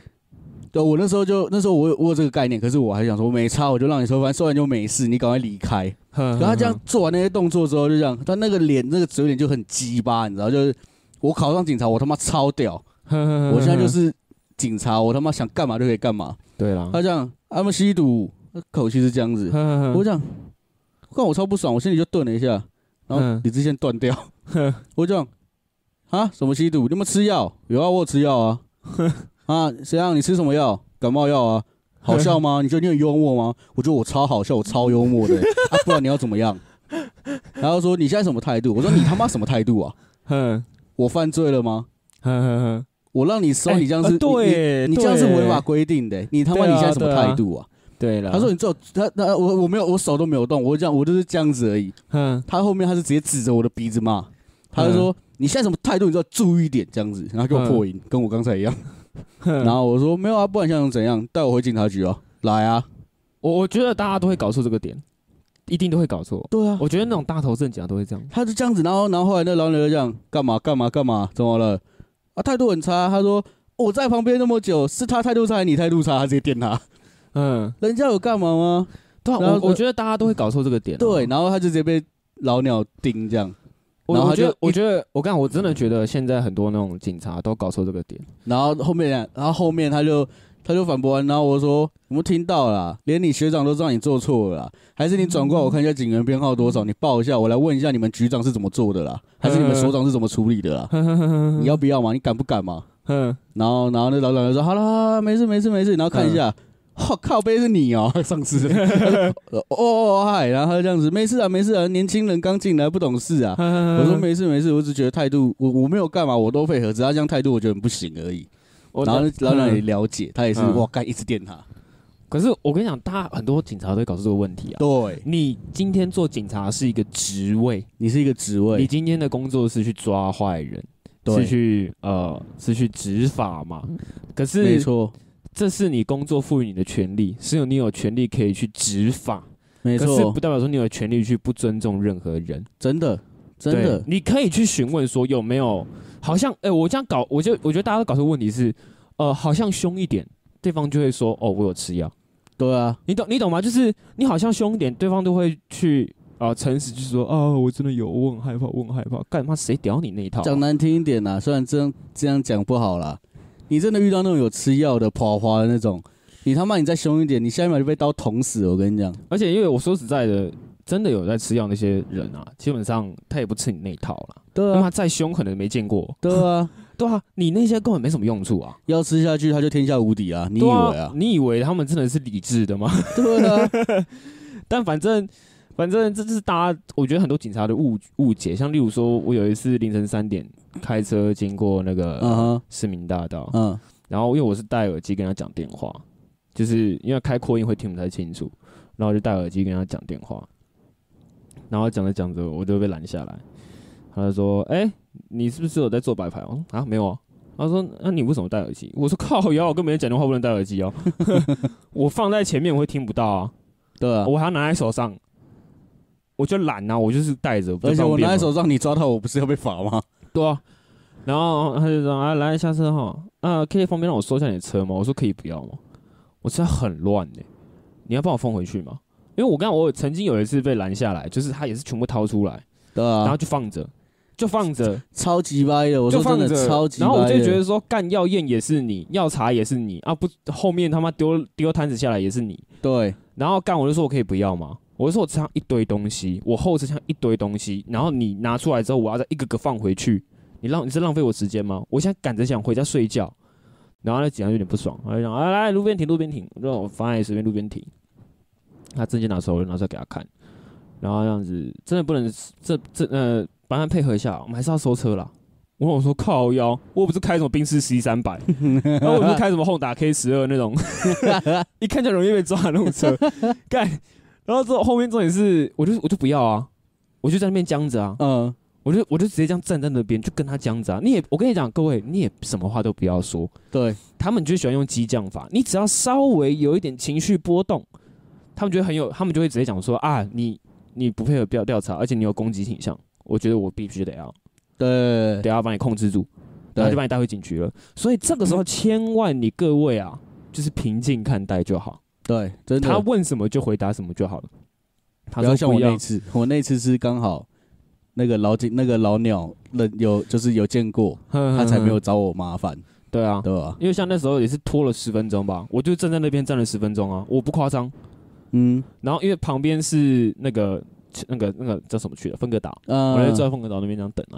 Speaker 2: 对，我那时候就那时候我有我有这个概念，可是我还想说没差，我就让你收，反正收完就没事，你赶快离开。
Speaker 3: 哼，
Speaker 2: 可他
Speaker 3: 哼
Speaker 2: 这样，做完那些动作之后，就这样，他那个脸那个嘴脸就很鸡巴，你知道，就是我考上警察，我他妈超屌，
Speaker 3: 哼哼哼
Speaker 2: 我现在就
Speaker 3: 哼
Speaker 2: 是警察，我他妈想干嘛就可以干嘛。
Speaker 3: 对啦。
Speaker 2: 他这样，他们吸毒，口气是这样子
Speaker 3: 哼，哼
Speaker 2: 我
Speaker 3: 哼
Speaker 2: 讲，看我超不爽，我心里就顿了一下，然后
Speaker 3: 嗯
Speaker 2: 理智线断掉。
Speaker 3: 哼
Speaker 2: 我讲啊，什么吸毒？你有没有吃药？有啊，我有吃药
Speaker 3: *laughs*
Speaker 2: 啊。啊，谁让你吃什么药？感冒药啊。好笑吗？你觉得你很幽默吗？我觉得我超好笑，我超幽
Speaker 3: *laughs*
Speaker 2: 默的、啊，不然你要怎么样？然后说你现在什么态度？我说你他妈什么态度啊？
Speaker 3: 哼
Speaker 2: 我犯罪了吗？
Speaker 3: 哼哼哼，
Speaker 2: 我让你收，
Speaker 3: 哎
Speaker 2: 你这样
Speaker 3: 呃
Speaker 2: 是，
Speaker 3: 对，
Speaker 2: 你你这样是
Speaker 3: 对
Speaker 2: 违法。规定的、你他妈
Speaker 3: 对
Speaker 2: 你
Speaker 3: 啊
Speaker 2: 现在什么
Speaker 3: 对啊
Speaker 2: 态度啊？
Speaker 3: 对了，
Speaker 2: 他说你只有他他我我没有我手都没有动，我这样我就是这样子而已。
Speaker 3: 哼，
Speaker 2: 他后面他是直接指着我的鼻子骂，他就说、你现在什么态度，你知道注意一点这样子，然后给我破音，跟我刚才一样。
Speaker 3: 哼
Speaker 2: 然后我说没有啊，不然想怎样？带我回警察局啊，来啊，
Speaker 3: 我我觉得大家都会搞错这个点，一定都会搞错。
Speaker 2: 对啊，
Speaker 3: 我觉得那种大头正讲都会这样。
Speaker 2: 他就这样子，然后然后后来那老女的就这样干嘛干嘛干嘛，怎么了？啊，态度很差。他说我在旁边那么久，是他态度差还是你态度差？他直接电他，
Speaker 3: 嗯，
Speaker 2: 人家有干嘛吗？
Speaker 3: 对啊，
Speaker 2: 然后
Speaker 3: 我我觉得大家都会搞错这个点啊。
Speaker 2: 对，然后他就直接被老鸟盯这样，
Speaker 3: 我
Speaker 2: 然后
Speaker 3: 我
Speaker 2: 他
Speaker 3: 觉
Speaker 2: 就
Speaker 3: 得，我觉得，我刚我真的觉得现在很多那种警察都搞错这个点。
Speaker 2: 然后后面啊，然后后面他就他就反驳完，然后我说有没有听到啦？连你学长都知道你做错了啦，还是你转过来我看一下警员编号多少，你报一下，我来问一下你们局长是怎么做的啦，还是你们首长是怎么处理的啦？你要不要嘛？你敢不敢嘛？
Speaker 3: 哼，
Speaker 2: 然后然后那老板就说好啦，没事没事没事，然后看一下。我、靠，背是你哦、上次他说呃哦哦嗨，然后他就这样子，没事啊，没事啊，年轻人刚进来不懂事啊。我
Speaker 3: 我
Speaker 2: 说没事没事，我只觉得态度，我我没有干嘛，我都配合，只要这样态度，我觉得很不行而已。
Speaker 3: 我
Speaker 2: 然后
Speaker 3: 嗯
Speaker 2: 然后让你了解，他也是
Speaker 3: 嗯
Speaker 2: 哇，干一直电他。
Speaker 3: 可是我跟你讲，大家很多警察都会搞出这个问题啊。
Speaker 2: 对，
Speaker 3: 你今天做警察是一个职位，
Speaker 2: 你是一个职
Speaker 3: 你
Speaker 2: 位，
Speaker 3: 今天的工作是去抓坏人，是
Speaker 2: 对，嗯
Speaker 3: 去呃是去执法嘛。可
Speaker 2: 没
Speaker 3: 是
Speaker 2: 错，
Speaker 3: 这是你工作赋予你的权利，是有你有权利可以去执法，
Speaker 2: 没
Speaker 3: 可是
Speaker 2: 错
Speaker 3: 不，代表说你有权利去不尊重任何人。
Speaker 2: 真的，真
Speaker 3: 对
Speaker 2: 的，
Speaker 3: 你可以去询问说有没有，好像哎、我这样搞，我就我觉得大家都搞错问题是，呃，好像凶一点，对方就会说哦，我有吃药，
Speaker 2: 对啊，
Speaker 3: 你懂你懂吗？就是你好像凶一点，对方都会去啊诚实，就是说哦，我真的有，我很害怕，我很害怕，干嘛谁屌你那一套啊、
Speaker 2: 讲难听一点啦，虽然这样这样讲不好啦，你真的遇到那种有吃药的、跑花的那种，你他妈你再凶一点，你下一秒就被刀捅死，我跟你讲，
Speaker 3: 而且因为我说实在的，真的有在吃药那些人啊，基本上他也不吃你那一套啦，
Speaker 2: 对
Speaker 3: 他
Speaker 2: 啊，
Speaker 3: 妈再凶可能没见过，
Speaker 2: 对 *laughs* 啊，
Speaker 3: 对啊，你那些根本没什么用处啊，
Speaker 2: 要吃下去他就天下无敌啊，你以
Speaker 3: 对
Speaker 2: 为啊？
Speaker 3: 你以为他们真的是理智的吗？ *laughs*
Speaker 2: 对啊，
Speaker 3: 但反正反正这就是大家，我觉得很多警察的误误解，像例如说，我有一次凌晨三点开车经过那
Speaker 2: *laughs* 嗯
Speaker 3: 个
Speaker 2: 哼，
Speaker 3: 市民大道，
Speaker 2: 嗯，
Speaker 3: 然后因为我是戴耳机跟他讲电话，就是因为开扩音会听不太清楚，然后我就戴耳机跟他讲电话，然后讲着讲着我就被拦下来，他就说：“哎、你是不是有在做白牌？”我说：“啊，没有啊。”他说：“那、你为什么戴耳机？”我说：“靠腰，我跟别人讲电话不能戴耳机哦，我放在前面我会听不到啊。”
Speaker 2: 对啊，
Speaker 3: 我还要拿在手上，我就懒啊，我就是带着，不就
Speaker 2: 而且我
Speaker 3: 方便
Speaker 2: 拿在
Speaker 3: 吗
Speaker 2: 手上，你抓到我不是要被罚吗？
Speaker 3: 对啊。然后他就说：“啊，来下车哈，啊，可以方便让我收一下你的车吗？”我说：“可以不要吗？”我车很乱呢、你要帮我放回去吗？因为我刚我曾经有一次被拦下来，就是他也是全部掏出来，
Speaker 2: 对
Speaker 3: 然后
Speaker 2: 啊，
Speaker 3: 就放着，就放着，
Speaker 2: 超级歪的，我
Speaker 3: 就
Speaker 2: 说真
Speaker 3: 放
Speaker 2: 的
Speaker 3: 着，
Speaker 2: 超级
Speaker 3: 然
Speaker 2: 歪的，
Speaker 3: 后我就觉得说，干药验也是你，药查也是你啊，不，后面他妈丢丢摊子下来也是你，
Speaker 2: 对，
Speaker 3: 然后干我就说我可以不要吗？我就说我车上一堆东西，我后车厢一堆东西，然后你拿出来之后，我要再一个个放回去，你浪你是浪费我时间吗？我现在赶着想回家睡觉。然后那警察有点不爽，他就讲：“啊，来路边停，路边停。”我说：“哦我妨碍你随便路边停。”他证件拿出来，我就拿出来给他看。然后这样子真的不能，这这呃，麻烦配合一下，我们还是要收车啦。我跟我说靠腰，我又不是开什么宾士 C 三百，然后我不是开什么 Honda K 十二那种，一看就容易被抓的那种车，干。然后之后后面重点是，我就我就不要啊，我就在那边僵着啊，
Speaker 2: *laughs* 嗯，
Speaker 3: 我就我就直接这样站在那边，就跟他僵着啊。你也我跟你讲，各位，你也什么话都不要说，
Speaker 2: 对，
Speaker 3: 他们就喜欢用激将法，你只要稍微有一点情绪波动，他们就会很有，他们就会直接讲说啊，你你不配合调调查，而且你有攻击倾向，我觉得我必须得要
Speaker 2: 对，
Speaker 3: 得要把你控制住，然后就把你带回警局了。所以这个时候，千万你各位啊，就是平静看待就好，
Speaker 2: 对，真的
Speaker 3: 他，问什么就回答什么就好了。他
Speaker 2: 不要
Speaker 3: 说
Speaker 2: 像
Speaker 3: 不
Speaker 2: 我那
Speaker 3: 要 *laughs*
Speaker 2: 一，次，我那次是刚好那个老警那个老鸟人有就是有见过，
Speaker 3: 他
Speaker 2: 他才没有找我麻烦，
Speaker 3: 嗯对啊，
Speaker 2: 对吧？
Speaker 3: 因为像那时候也是拖了十分钟吧，我就站在那边站了十分钟啊，我不夸张。
Speaker 2: 嗯
Speaker 3: 然后因为旁边是那个那个那个叫什么去的分隔岛，
Speaker 2: 嗯，
Speaker 3: 我就坐在凤阁岛那边这样等啊。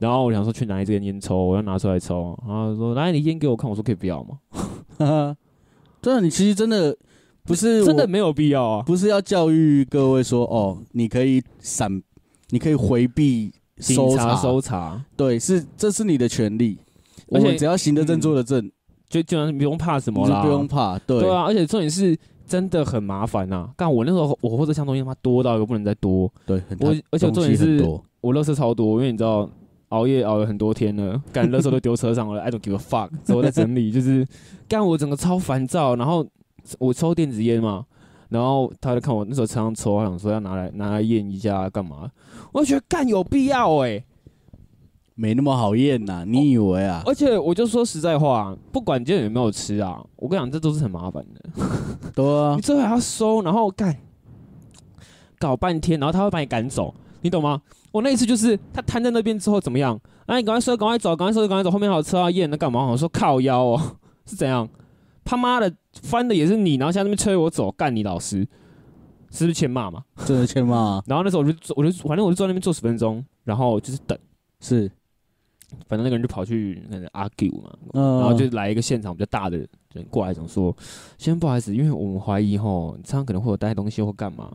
Speaker 3: 然后我想说去拿一根烟抽，我要拿出来抽、啊。然后他说来你烟给我看，我说可以不要吗？
Speaker 2: *laughs* 真的，啊你其实真的不是
Speaker 3: 真的
Speaker 2: 我
Speaker 3: 没有必要啊。
Speaker 2: 不是要教育各位说哦，你可以闪，你可以回避搜
Speaker 3: 警察
Speaker 2: 查，
Speaker 3: 搜查，
Speaker 2: 对，是这是你的权利，
Speaker 3: 而
Speaker 2: 我
Speaker 3: 且嗯
Speaker 2: 们只要行得正坐得正，
Speaker 3: 就基本上不用怕什
Speaker 2: 你
Speaker 3: 么
Speaker 2: 就
Speaker 3: 啦，
Speaker 2: 不用怕，对
Speaker 3: 对啊，而且重点是真的很麻烦呐、干我那时候我货车箱东西他妈多到一个不能再多，
Speaker 2: 对，很
Speaker 3: 我而且重
Speaker 2: 东
Speaker 3: 点
Speaker 2: 西很
Speaker 3: 是
Speaker 2: 多，
Speaker 3: 我垃圾超多，因为你知道熬夜熬了很多天了，干垃圾都丢车上了，I don't give a fuck，之后再整理，就是干我整个超烦躁。然后我抽电子烟嘛，然后他就看我那时候车上抽，他想说要拿来拿来验一下干嘛，我就觉得干有必要哎、
Speaker 2: 没那么好验
Speaker 3: 哦
Speaker 2: 呐，你以为啊？
Speaker 3: 而且我就说实在话，不管今天有没有吃啊，我跟你讲这都是很麻烦的。哦
Speaker 2: 对啊
Speaker 3: 你，最后还要收，然后干，搞半天，然后他会把你赶走，你懂吗？我那一次就是他瘫在那边之后怎么样？哎，你赶快收，赶快走，赶快收，赶快走，后面还有车要验，那干嘛？我说靠腰哦，是怎样？他妈的翻的也是你，然后现在那边催我走，干你老师，是不是欠骂嘛？
Speaker 2: 真的欠骂
Speaker 3: *laughs*
Speaker 2: 啊，
Speaker 3: 然后那时候我就坐我就反正我就坐在那边坐十分钟，然后就是等，
Speaker 2: 是，
Speaker 3: 反正那个人就跑去那个 argue 嘛，
Speaker 2: 嗯，
Speaker 3: 然后就来一个现场比较大的人过来，讲说：“先生不好意思，因为我们怀疑吼，你身上可能会有带东西或干嘛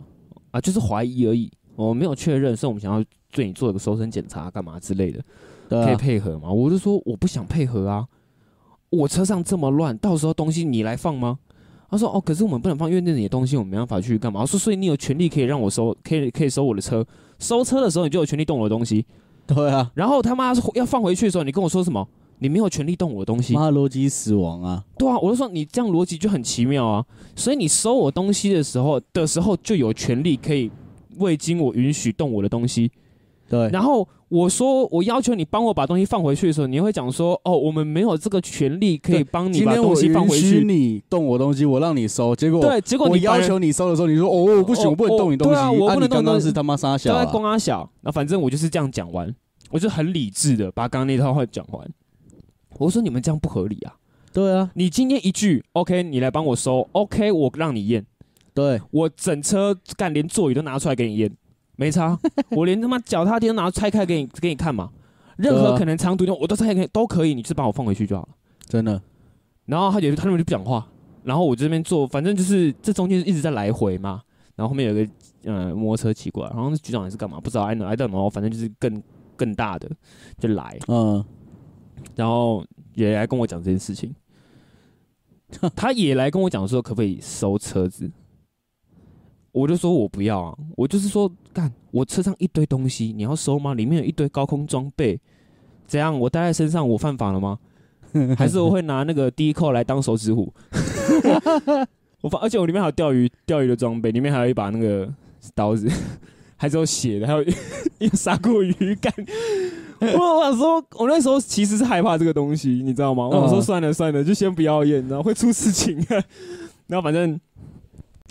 Speaker 3: 啊，就是怀疑而已，我没有确认，所以我们想要对你做一个搜身检查干嘛之类的，
Speaker 2: 对
Speaker 3: 可以
Speaker 2: 啊
Speaker 3: 配合吗？”我就说我不想配合啊，我车上这么乱，到时候东西你来放吗？他说：“哦，可是我们不能放，因为那里的东西我们没办法去干嘛。”我说：“所以你有权利可以让我收，可以可以收我的车，收车的时候你就有权利动我的东西。
Speaker 2: 对啊，
Speaker 3: 然后他妈要放回去的时候，你跟我说什么？你没有权利动我的东西。”
Speaker 2: 妈逻辑死亡啊，
Speaker 3: 对啊，我就说你这样逻辑就很奇妙啊。所以你收我东西的时候的时候，就有权利可以未经我允许动我的东西。
Speaker 2: 对，
Speaker 3: 然后我说我要求你帮我把东西放回去的时候，你会讲说哦，我们没有这个权利可
Speaker 2: 对
Speaker 3: 以帮你
Speaker 2: 今
Speaker 3: 把
Speaker 2: 天
Speaker 3: 东
Speaker 2: 我
Speaker 3: 西放
Speaker 2: 允
Speaker 3: 回
Speaker 2: 许
Speaker 3: 去。
Speaker 2: 你动我东西，我让你收，结果
Speaker 3: 对，结果
Speaker 2: 我
Speaker 3: 你
Speaker 2: 要
Speaker 3: 反而
Speaker 2: 求你收的时候，你说哦，我不行，
Speaker 3: 哦
Speaker 2: 我不能动你东西。
Speaker 3: 对啊我不能
Speaker 2: 你
Speaker 3: 动你
Speaker 2: 刚
Speaker 3: 东
Speaker 2: 刚
Speaker 3: 西
Speaker 2: 是他妈傻
Speaker 3: 都
Speaker 2: 小
Speaker 3: 在
Speaker 2: 啊，
Speaker 3: 光阿小。那反正我就是这样讲完，我就很理智的把刚刚那套话讲完。我说你们这样不合理啊！
Speaker 2: 对啊，
Speaker 3: 你今天一句 OK，你来帮我收 OK，我让你验。
Speaker 2: 对，
Speaker 3: 我整车干连座椅都拿出来给你验，没差，
Speaker 2: *laughs*
Speaker 3: 我连他妈脚踏垫都拿拆开给你给你看嘛，任
Speaker 2: 对
Speaker 3: 何
Speaker 2: 啊
Speaker 3: 可能长途用我都拆开给你都可以，你就把我放回去就好了。
Speaker 2: 真的，
Speaker 3: 然后他就他那边就不讲话，然后我这边做，反正就是这中间一直在来回嘛。然后后面有一个呃摩托车骑过来，然后局长也是干嘛不知道，I know I don't know，反正就是更更大的就来，
Speaker 2: 嗯，
Speaker 3: 然后也来跟我讲这件事情，他也来跟我讲说可不可以收车子，我就说我不要啊，我就是说干，我车上一堆东西，你要收吗？里面有一堆高空装备，怎样？我带在身上我犯法了吗？还是我会拿那个第一扣来当手指虎？我发，而且我里面还有钓鱼钓鱼的装备，里面还有一把那个刀子， *laughs* 还是有血的，还有 *laughs* 一一个砂锅鱼干。我我想说，我那时候其实是害怕这个东西，你知道吗？我想说
Speaker 2: 嗯
Speaker 3: 算了算了，就先不要验，然后会出事情啊。 *laughs* 然后反正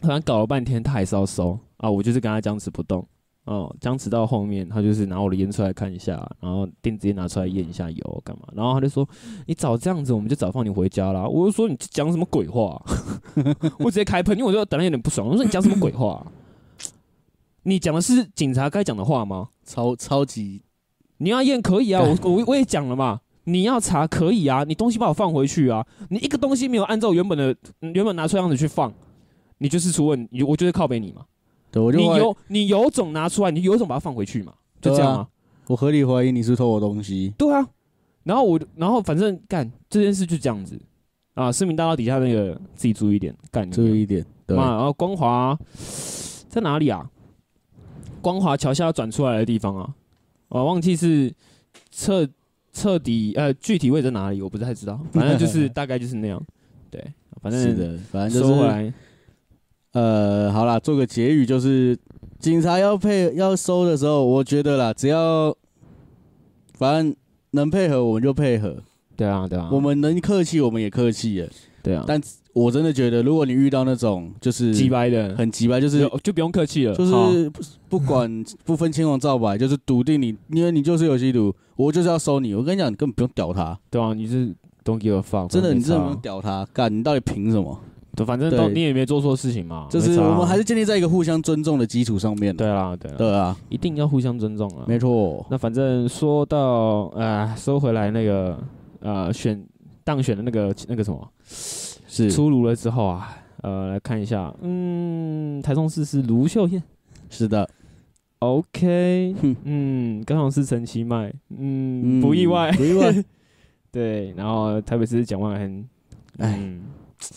Speaker 3: 反正搞了半天，他还是要收啊，我就是跟他僵持不动。哦，僵持到后面，他就是拿我的烟出来看一下，然后电子烟拿出来验一下油干嘛，然后他就说：“你早这样子，我们就早放你回家啦。”我就说：“你讲什么鬼话啊、我直接开喷，因为我就等他有点不爽。我说：“你讲什么鬼话啊、你讲的是警察该讲的话吗？
Speaker 2: 超超级，
Speaker 3: 你要验可以啊，
Speaker 2: 干
Speaker 3: 我我我也讲了嘛。”你要查可以啊，你东西把我放回去啊，你一个东西没有按照原本的嗯原本拿出来样子去放，你就是出问，你我就是靠北你嘛。
Speaker 2: 对我就
Speaker 3: 你
Speaker 2: 后来
Speaker 3: 有你有种拿出来，你有种把它放回去嘛，就这样吗？
Speaker 2: 我合理怀疑你是偷我东西。
Speaker 3: 对啊，然后我，然后反正干这件事就这样子啊，市民大道底下那个自己注意一点，干
Speaker 2: 注意一点，对，
Speaker 3: 嘛。然后光华在哪里啊？光华桥下转出来的地方啊，我、忘记是彻彻底呃具体位置在哪里，我不太知道，反正就
Speaker 2: *laughs*
Speaker 3: 是大概就是那样。对，反
Speaker 2: 是
Speaker 3: 正
Speaker 2: 的，反正就
Speaker 3: 说回
Speaker 2: 是
Speaker 3: 来，
Speaker 2: 呃，好啦，做个结语就是，警察要配要收的时候，我觉得啦，只要反正能配合我们就配合，
Speaker 3: 对啊对啊，
Speaker 2: 我们能客气我们也客气耶。
Speaker 3: 对啊，
Speaker 2: 但我真的觉得，如果你遇到那种就是
Speaker 3: 鸡掰的，
Speaker 2: 很急白，就是
Speaker 3: 就就不用客气了，好
Speaker 2: 就是不不管不分青红皂白，就是笃定你，因为你就是有吸毒，我就是要收你。我跟你讲，你根本不用屌他，
Speaker 3: 对啊，你是 don't give a fuck，
Speaker 2: 真的，
Speaker 3: 没
Speaker 2: 你真的
Speaker 3: 差
Speaker 2: 不用屌他，干，你到底凭什么？
Speaker 3: 对，反正都
Speaker 2: 对
Speaker 3: 你也没做错事情嘛，
Speaker 2: 就
Speaker 3: 没
Speaker 2: 是
Speaker 3: 差啊
Speaker 2: 我们还是建立在一个互相尊重的基础上面的。
Speaker 3: 对啦，对啦，
Speaker 2: 对啊，
Speaker 3: 一定要互相尊重啊。
Speaker 2: 没错。
Speaker 3: 那反正说到呃，收回来那个呃选当选的那个那个什么
Speaker 2: 是
Speaker 3: 出炉了之后啊，呃，来看一下，嗯，台中市是卢秀燕
Speaker 2: 是的，
Speaker 3: ，OK，
Speaker 2: *laughs* 哼
Speaker 3: 嗯，高雄市陈其迈，嗯，不意外， *laughs*
Speaker 2: 不意外，
Speaker 3: 对，然后台北市是蒋万安，
Speaker 2: 哎
Speaker 3: 嗯，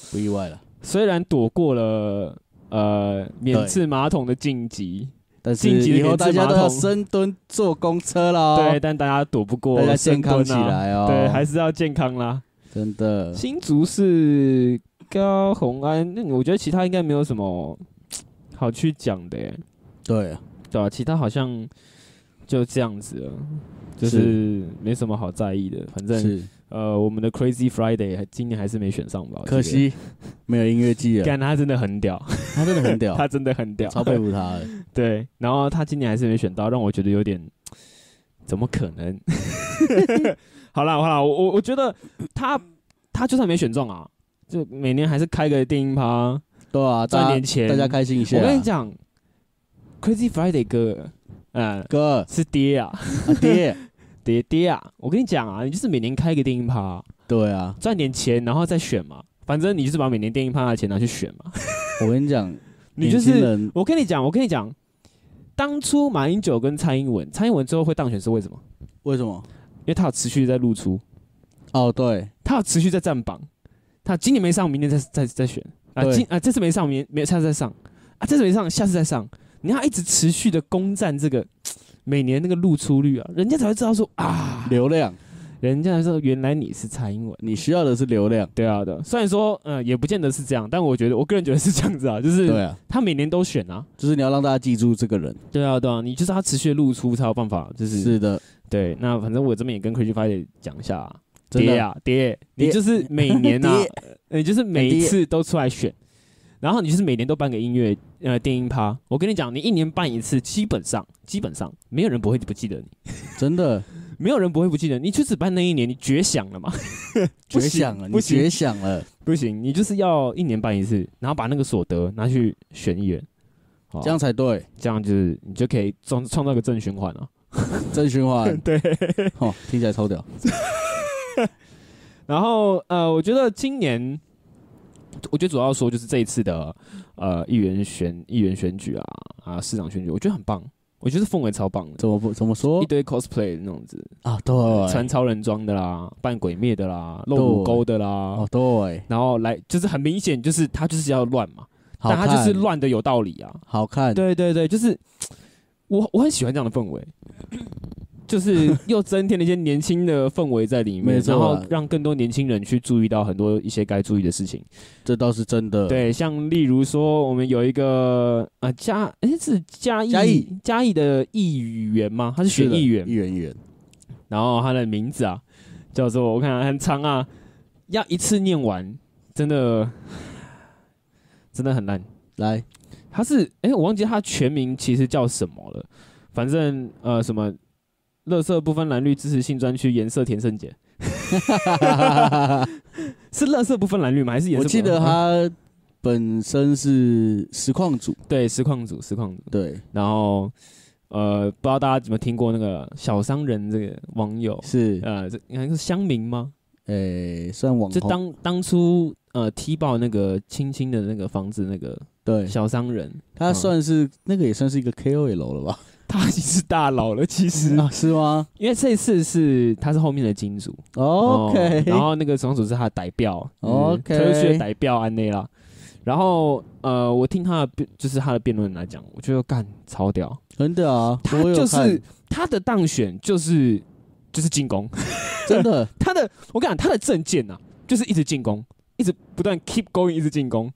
Speaker 2: 不意外了。
Speaker 3: 虽然躲过了呃免
Speaker 2: 对
Speaker 3: 治马桶的晋级，
Speaker 2: 但是
Speaker 3: 晋级的
Speaker 2: 以后
Speaker 3: 免治
Speaker 2: 大家
Speaker 3: 马
Speaker 2: 都要
Speaker 3: 桶
Speaker 2: 深蹲坐公车喽，
Speaker 3: 对，，但大家躲不过
Speaker 2: 哦大家
Speaker 3: 深
Speaker 2: 健康
Speaker 3: 蹲
Speaker 2: 起
Speaker 3: 啊
Speaker 2: 来哦。
Speaker 3: 对，还是要健康啦。
Speaker 2: 真的
Speaker 3: 新竹是高红安，那我觉得其他应该没有什么好去讲的耶，
Speaker 2: 对，
Speaker 3: 对吧、其他好像就这样子了，就是
Speaker 2: 是
Speaker 3: 没什么好在意的。反正
Speaker 2: 是
Speaker 3: 呃，我们的 Crazy Friday 还今年还是没选上吧，我记得
Speaker 2: 可。惜没有音乐季了，
Speaker 3: *laughs* 干他真的很屌，
Speaker 2: 他真的很屌，
Speaker 3: 他真的很屌，
Speaker 2: 超佩服他的。
Speaker 3: *laughs* 对，然后他今年还是没选到，让我觉得有点，怎么可能？ *laughs* 好啦好啦，我我我觉得他他就算没选中啊，就每年还是开个电音趴
Speaker 2: 对啊，
Speaker 3: 赚
Speaker 2: 大家
Speaker 3: 点钱。
Speaker 2: 大家开心一下。啊
Speaker 3: 我跟你，讲，Crazy Friday 哥，嗯，
Speaker 2: 哥
Speaker 3: 是爹啊， *laughs*
Speaker 2: 啊爹，
Speaker 3: 爹爹啊！我跟你讲啊，你就是每年开个电音趴，
Speaker 2: 对啊，
Speaker 3: 赚点钱，然后再选嘛。反正你就是把每年电音趴的钱拿去选
Speaker 2: *laughs*
Speaker 3: 嘛。
Speaker 2: 我跟你讲，
Speaker 3: 你就
Speaker 2: 年轻
Speaker 3: 是，
Speaker 2: 人
Speaker 3: 我跟你讲，我跟你讲，当初马英九跟蔡英文，蔡英文最后会当选是为什么？
Speaker 2: 为什么？
Speaker 3: 因为他有持续在露出，
Speaker 2: 哦，对，
Speaker 3: 他有持续在占榜，他今年没上，明年再再再选啊，
Speaker 2: 对
Speaker 3: 今啊这次没上，明没下次再上啊，这次没上，下次再上，你要一直持续的攻占这个每年那个露出率啊，人家才会知道说啊，
Speaker 2: 流量，
Speaker 3: 人家才知道原来你是蔡英文。
Speaker 2: 你需要的是流量。
Speaker 3: 对啊的，虽然说，嗯，也不见得是这样，但我觉得，我个人觉得是这样子啊，就
Speaker 2: 对
Speaker 3: 是
Speaker 2: 啊，
Speaker 3: 他每年都选啊，
Speaker 2: 就是你要让大家记住这个人。
Speaker 3: 对啊，对啊，你就是他持续的露出才有办法，就是
Speaker 2: 是的，
Speaker 3: 对。那反正我这边也跟 Crazy Friday 讲一下、啊，
Speaker 2: 真
Speaker 3: 爹
Speaker 2: 的，
Speaker 3: 啊爹，
Speaker 2: 爹
Speaker 3: 你就是每年
Speaker 2: *laughs*
Speaker 3: 啊，呃你就是每一
Speaker 2: 爹
Speaker 3: 次都出来选，然后你就是每年都办个音乐呃电音趴。我跟你讲，你一年办一次，基本上基本上没有人不会不记得你，
Speaker 2: 真的
Speaker 3: 没有人不会不记得你，你就只办那一年，你绝响了嘛？ *laughs*
Speaker 2: 绝
Speaker 3: 不行
Speaker 2: 响了，
Speaker 3: 不
Speaker 2: 你
Speaker 3: 行
Speaker 2: 绝响了，
Speaker 3: 不行，你就是要一年办一次，然后把那个所得拿去选议员，好
Speaker 2: 这样才对，
Speaker 3: 这样就是你就可以创创造一个正循环啊。
Speaker 2: 真循环
Speaker 3: *laughs* 。对，
Speaker 2: 哦，听起来超屌。
Speaker 3: 然后呃，我觉得今年，我觉得主要说就是这一次的呃议员选议员选举啊啊市长选举，我觉得很棒，我觉得氛围超棒的，
Speaker 2: 怎么不怎么说
Speaker 3: 一堆 cosplay 那种子，
Speaker 2: 啊？对，
Speaker 3: 穿超人装的啦，扮鬼灭的啦，露乳沟的啦
Speaker 2: 哦，对，
Speaker 3: 然后来就是很明显就是他就是要乱嘛，
Speaker 2: 好
Speaker 3: 但他就是
Speaker 2: 看，
Speaker 3: 乱的有道理啊，
Speaker 2: 好看，
Speaker 3: 对对对，就是我我很喜欢这样的氛围，
Speaker 2: *laughs*
Speaker 3: 就是又增添了一些年轻的氛围在里面
Speaker 2: 没，错
Speaker 3: 然
Speaker 2: 啊
Speaker 3: 后让更多年轻人去注意到很多一些该注意的事情。
Speaker 2: 这倒是真的。，
Speaker 3: 对，像例如说，我们有一个啊嘉哎是嘉义
Speaker 2: 嘉义
Speaker 3: 嘉义的议员吗？他是选
Speaker 2: 的
Speaker 3: 议员
Speaker 2: 议，员，议员，
Speaker 3: 然后他的名字啊叫做我看看很长啊，要一次念完，真的 *laughs* 真的很烂。
Speaker 2: 来，
Speaker 3: 他是哎、我忘记他全名其实叫什么了，反正呃什么，乐色不分蓝绿支持性专区颜色田胜杰， *laughs* 是乐色不分蓝绿吗？还是颜色
Speaker 2: 我
Speaker 3: 不
Speaker 2: 记
Speaker 3: 分？
Speaker 2: 得
Speaker 3: 啊
Speaker 2: 他本身是实况组，
Speaker 3: 对实况组实况组，
Speaker 2: 对，
Speaker 3: 然后呃不知道大家有没有听过那个小商人这个网友，
Speaker 2: 是，
Speaker 3: 呃这应该是乡民吗？
Speaker 2: 诶，算网
Speaker 3: 就
Speaker 2: 红，
Speaker 3: 当当初呃踢爆那个青青的那个房子那个
Speaker 2: 对，
Speaker 3: 小商人，
Speaker 2: 他
Speaker 3: 嗯 *laughs*
Speaker 2: 算是那个也算是一个 KOL 了吧？
Speaker 3: 他已经是大佬了。其实，
Speaker 2: 啊，是吗
Speaker 3: 因为这一次是他是后面的金主
Speaker 2: ？OK，
Speaker 3: 哦然后那个总主是他的代表
Speaker 2: OK
Speaker 3: 特区的代表安内啦。然后呃，我听他的辩，就是他的辩论来讲，我觉得干超屌，
Speaker 2: 真的啊，
Speaker 3: 他
Speaker 2: 我有
Speaker 3: 就是
Speaker 2: 看
Speaker 3: 他的当选就是就是进攻，
Speaker 2: 真
Speaker 3: *laughs*
Speaker 2: 的，
Speaker 3: 他的我跟你讲，他的证件呐、啊，就是一直进攻，一直不断 keep going，一直进攻。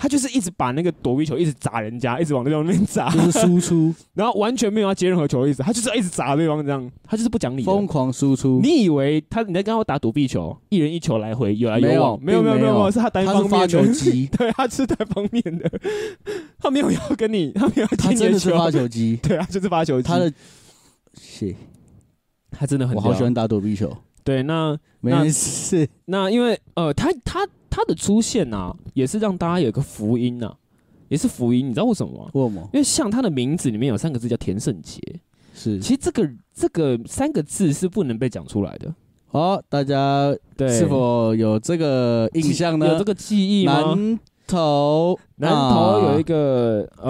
Speaker 3: 他就是一直把那个躲避球一直砸人家，一直往对方那边砸，
Speaker 2: 就是输
Speaker 3: *laughs*
Speaker 2: 出，
Speaker 3: 然后完全没有要接任何球的意思，他就是要一直砸对方这样，他就是不讲理的。
Speaker 2: 疯狂输出，
Speaker 3: 你以为他你在跟他打躲避球，一人一球来回有来有往？
Speaker 2: 没
Speaker 3: 没
Speaker 2: 有
Speaker 3: 有没有
Speaker 2: 并没
Speaker 3: 没
Speaker 2: 有
Speaker 3: 有没有，是他单
Speaker 2: 他
Speaker 3: 方
Speaker 2: 是发
Speaker 3: 面
Speaker 2: 球
Speaker 3: 的，，
Speaker 2: 机
Speaker 3: *laughs* 对，他是单方面的，他没有要跟你， *laughs* 他没有要
Speaker 2: 他
Speaker 3: 接你
Speaker 2: 真的是
Speaker 3: 球
Speaker 2: 发，球机，
Speaker 3: 对，他就是发球机。
Speaker 2: 他的，谢，
Speaker 3: 他真的很
Speaker 2: 我好
Speaker 3: 屌
Speaker 2: 喜欢打躲避球，
Speaker 3: 对那那
Speaker 2: 没事，
Speaker 3: 那因为呃，他他他的出现呐、啊，也是让大家有个福音呐、啊，也是福音，你知道为什么吗？
Speaker 2: 沃
Speaker 3: *laughs*
Speaker 2: 某
Speaker 3: 因为像他的名字里面有三个字叫田胜杰，
Speaker 2: 是
Speaker 3: 其实这个这个三个字是不能被讲出来的，
Speaker 2: 好，大家
Speaker 3: 对，
Speaker 2: 是否有这个印象呢
Speaker 3: 有这？个记忆吗？
Speaker 2: 南投，啊
Speaker 3: 南头
Speaker 2: *laughs*
Speaker 3: 有一个、哦，